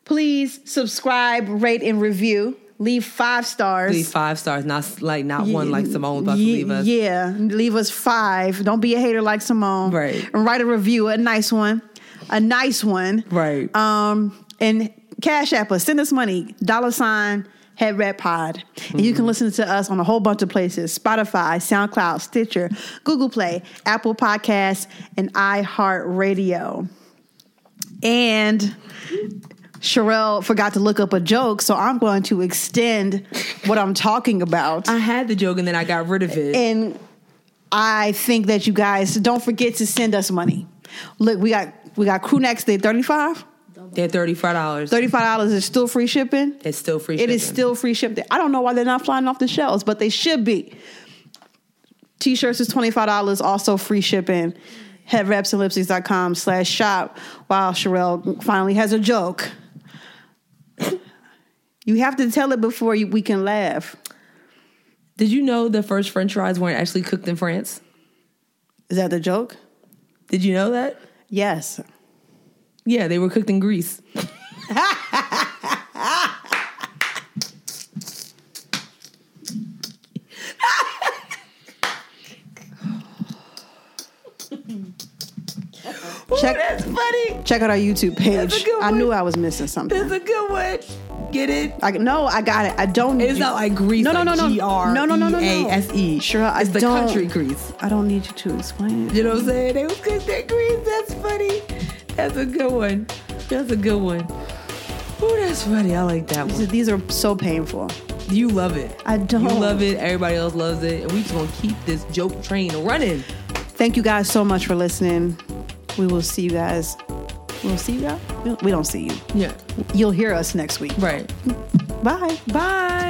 please subscribe, rate, and review. Leave five stars. Leave five stars, not like not one like Simone about to Ye- leave us. Yeah, leave us five. Don't be a hater like Simone. Right. And write a review, a nice one, a nice one. Right. Um, and cash app us, send us money. Dollar sign head red pod, and you can listen to us on a whole bunch of places: Spotify, SoundCloud, Stitcher, Google Play, Apple Podcasts, and iHeartRadio. And Sherelle forgot to look up a joke, so I'm going to extend what I'm talking about. I had the joke and then I got rid of it. And I think that you guys don't forget to send us money. Look, we got we got crew next day 35. Don't They're thirty five dollars. Thirty five dollars is still free shipping. It's still free. It is shipping. still free shipping. I don't know why they're not flying off the shelves, but they should be. T-shirts is $25, also free shipping. Head reps and lipsticks.com slash shop while Sherelle finally has a joke. you have to tell it before you, we can laugh. Did you know the first French fries weren't actually cooked in France? Is that the joke? Did you know that? Yes. Yeah, they were cooked in Greece. Check, funny. check out our YouTube page. That's a good I one. knew I was missing something. a good one. Get it? I, no, I got it. I don't need It's you. not like Greece. No, no, like E no, no. G-R- No, no, no, no, no. E-A-S-E. Sure, I It's the don't. country Greece. I don't need you to explain it. You know what I'm saying? They was cooked in Greece. That's funny. That's a good one. That's a good one. Oh, that's funny. I like that one. These are so painful. You love it. I don't. You love it. Everybody else loves it. And we just gonna keep this joke train running. Thank you guys so much for listening. We will see you guys. We'll see you guys. We don't see you. Yeah. You'll hear us next week. Right. Bye. Bye.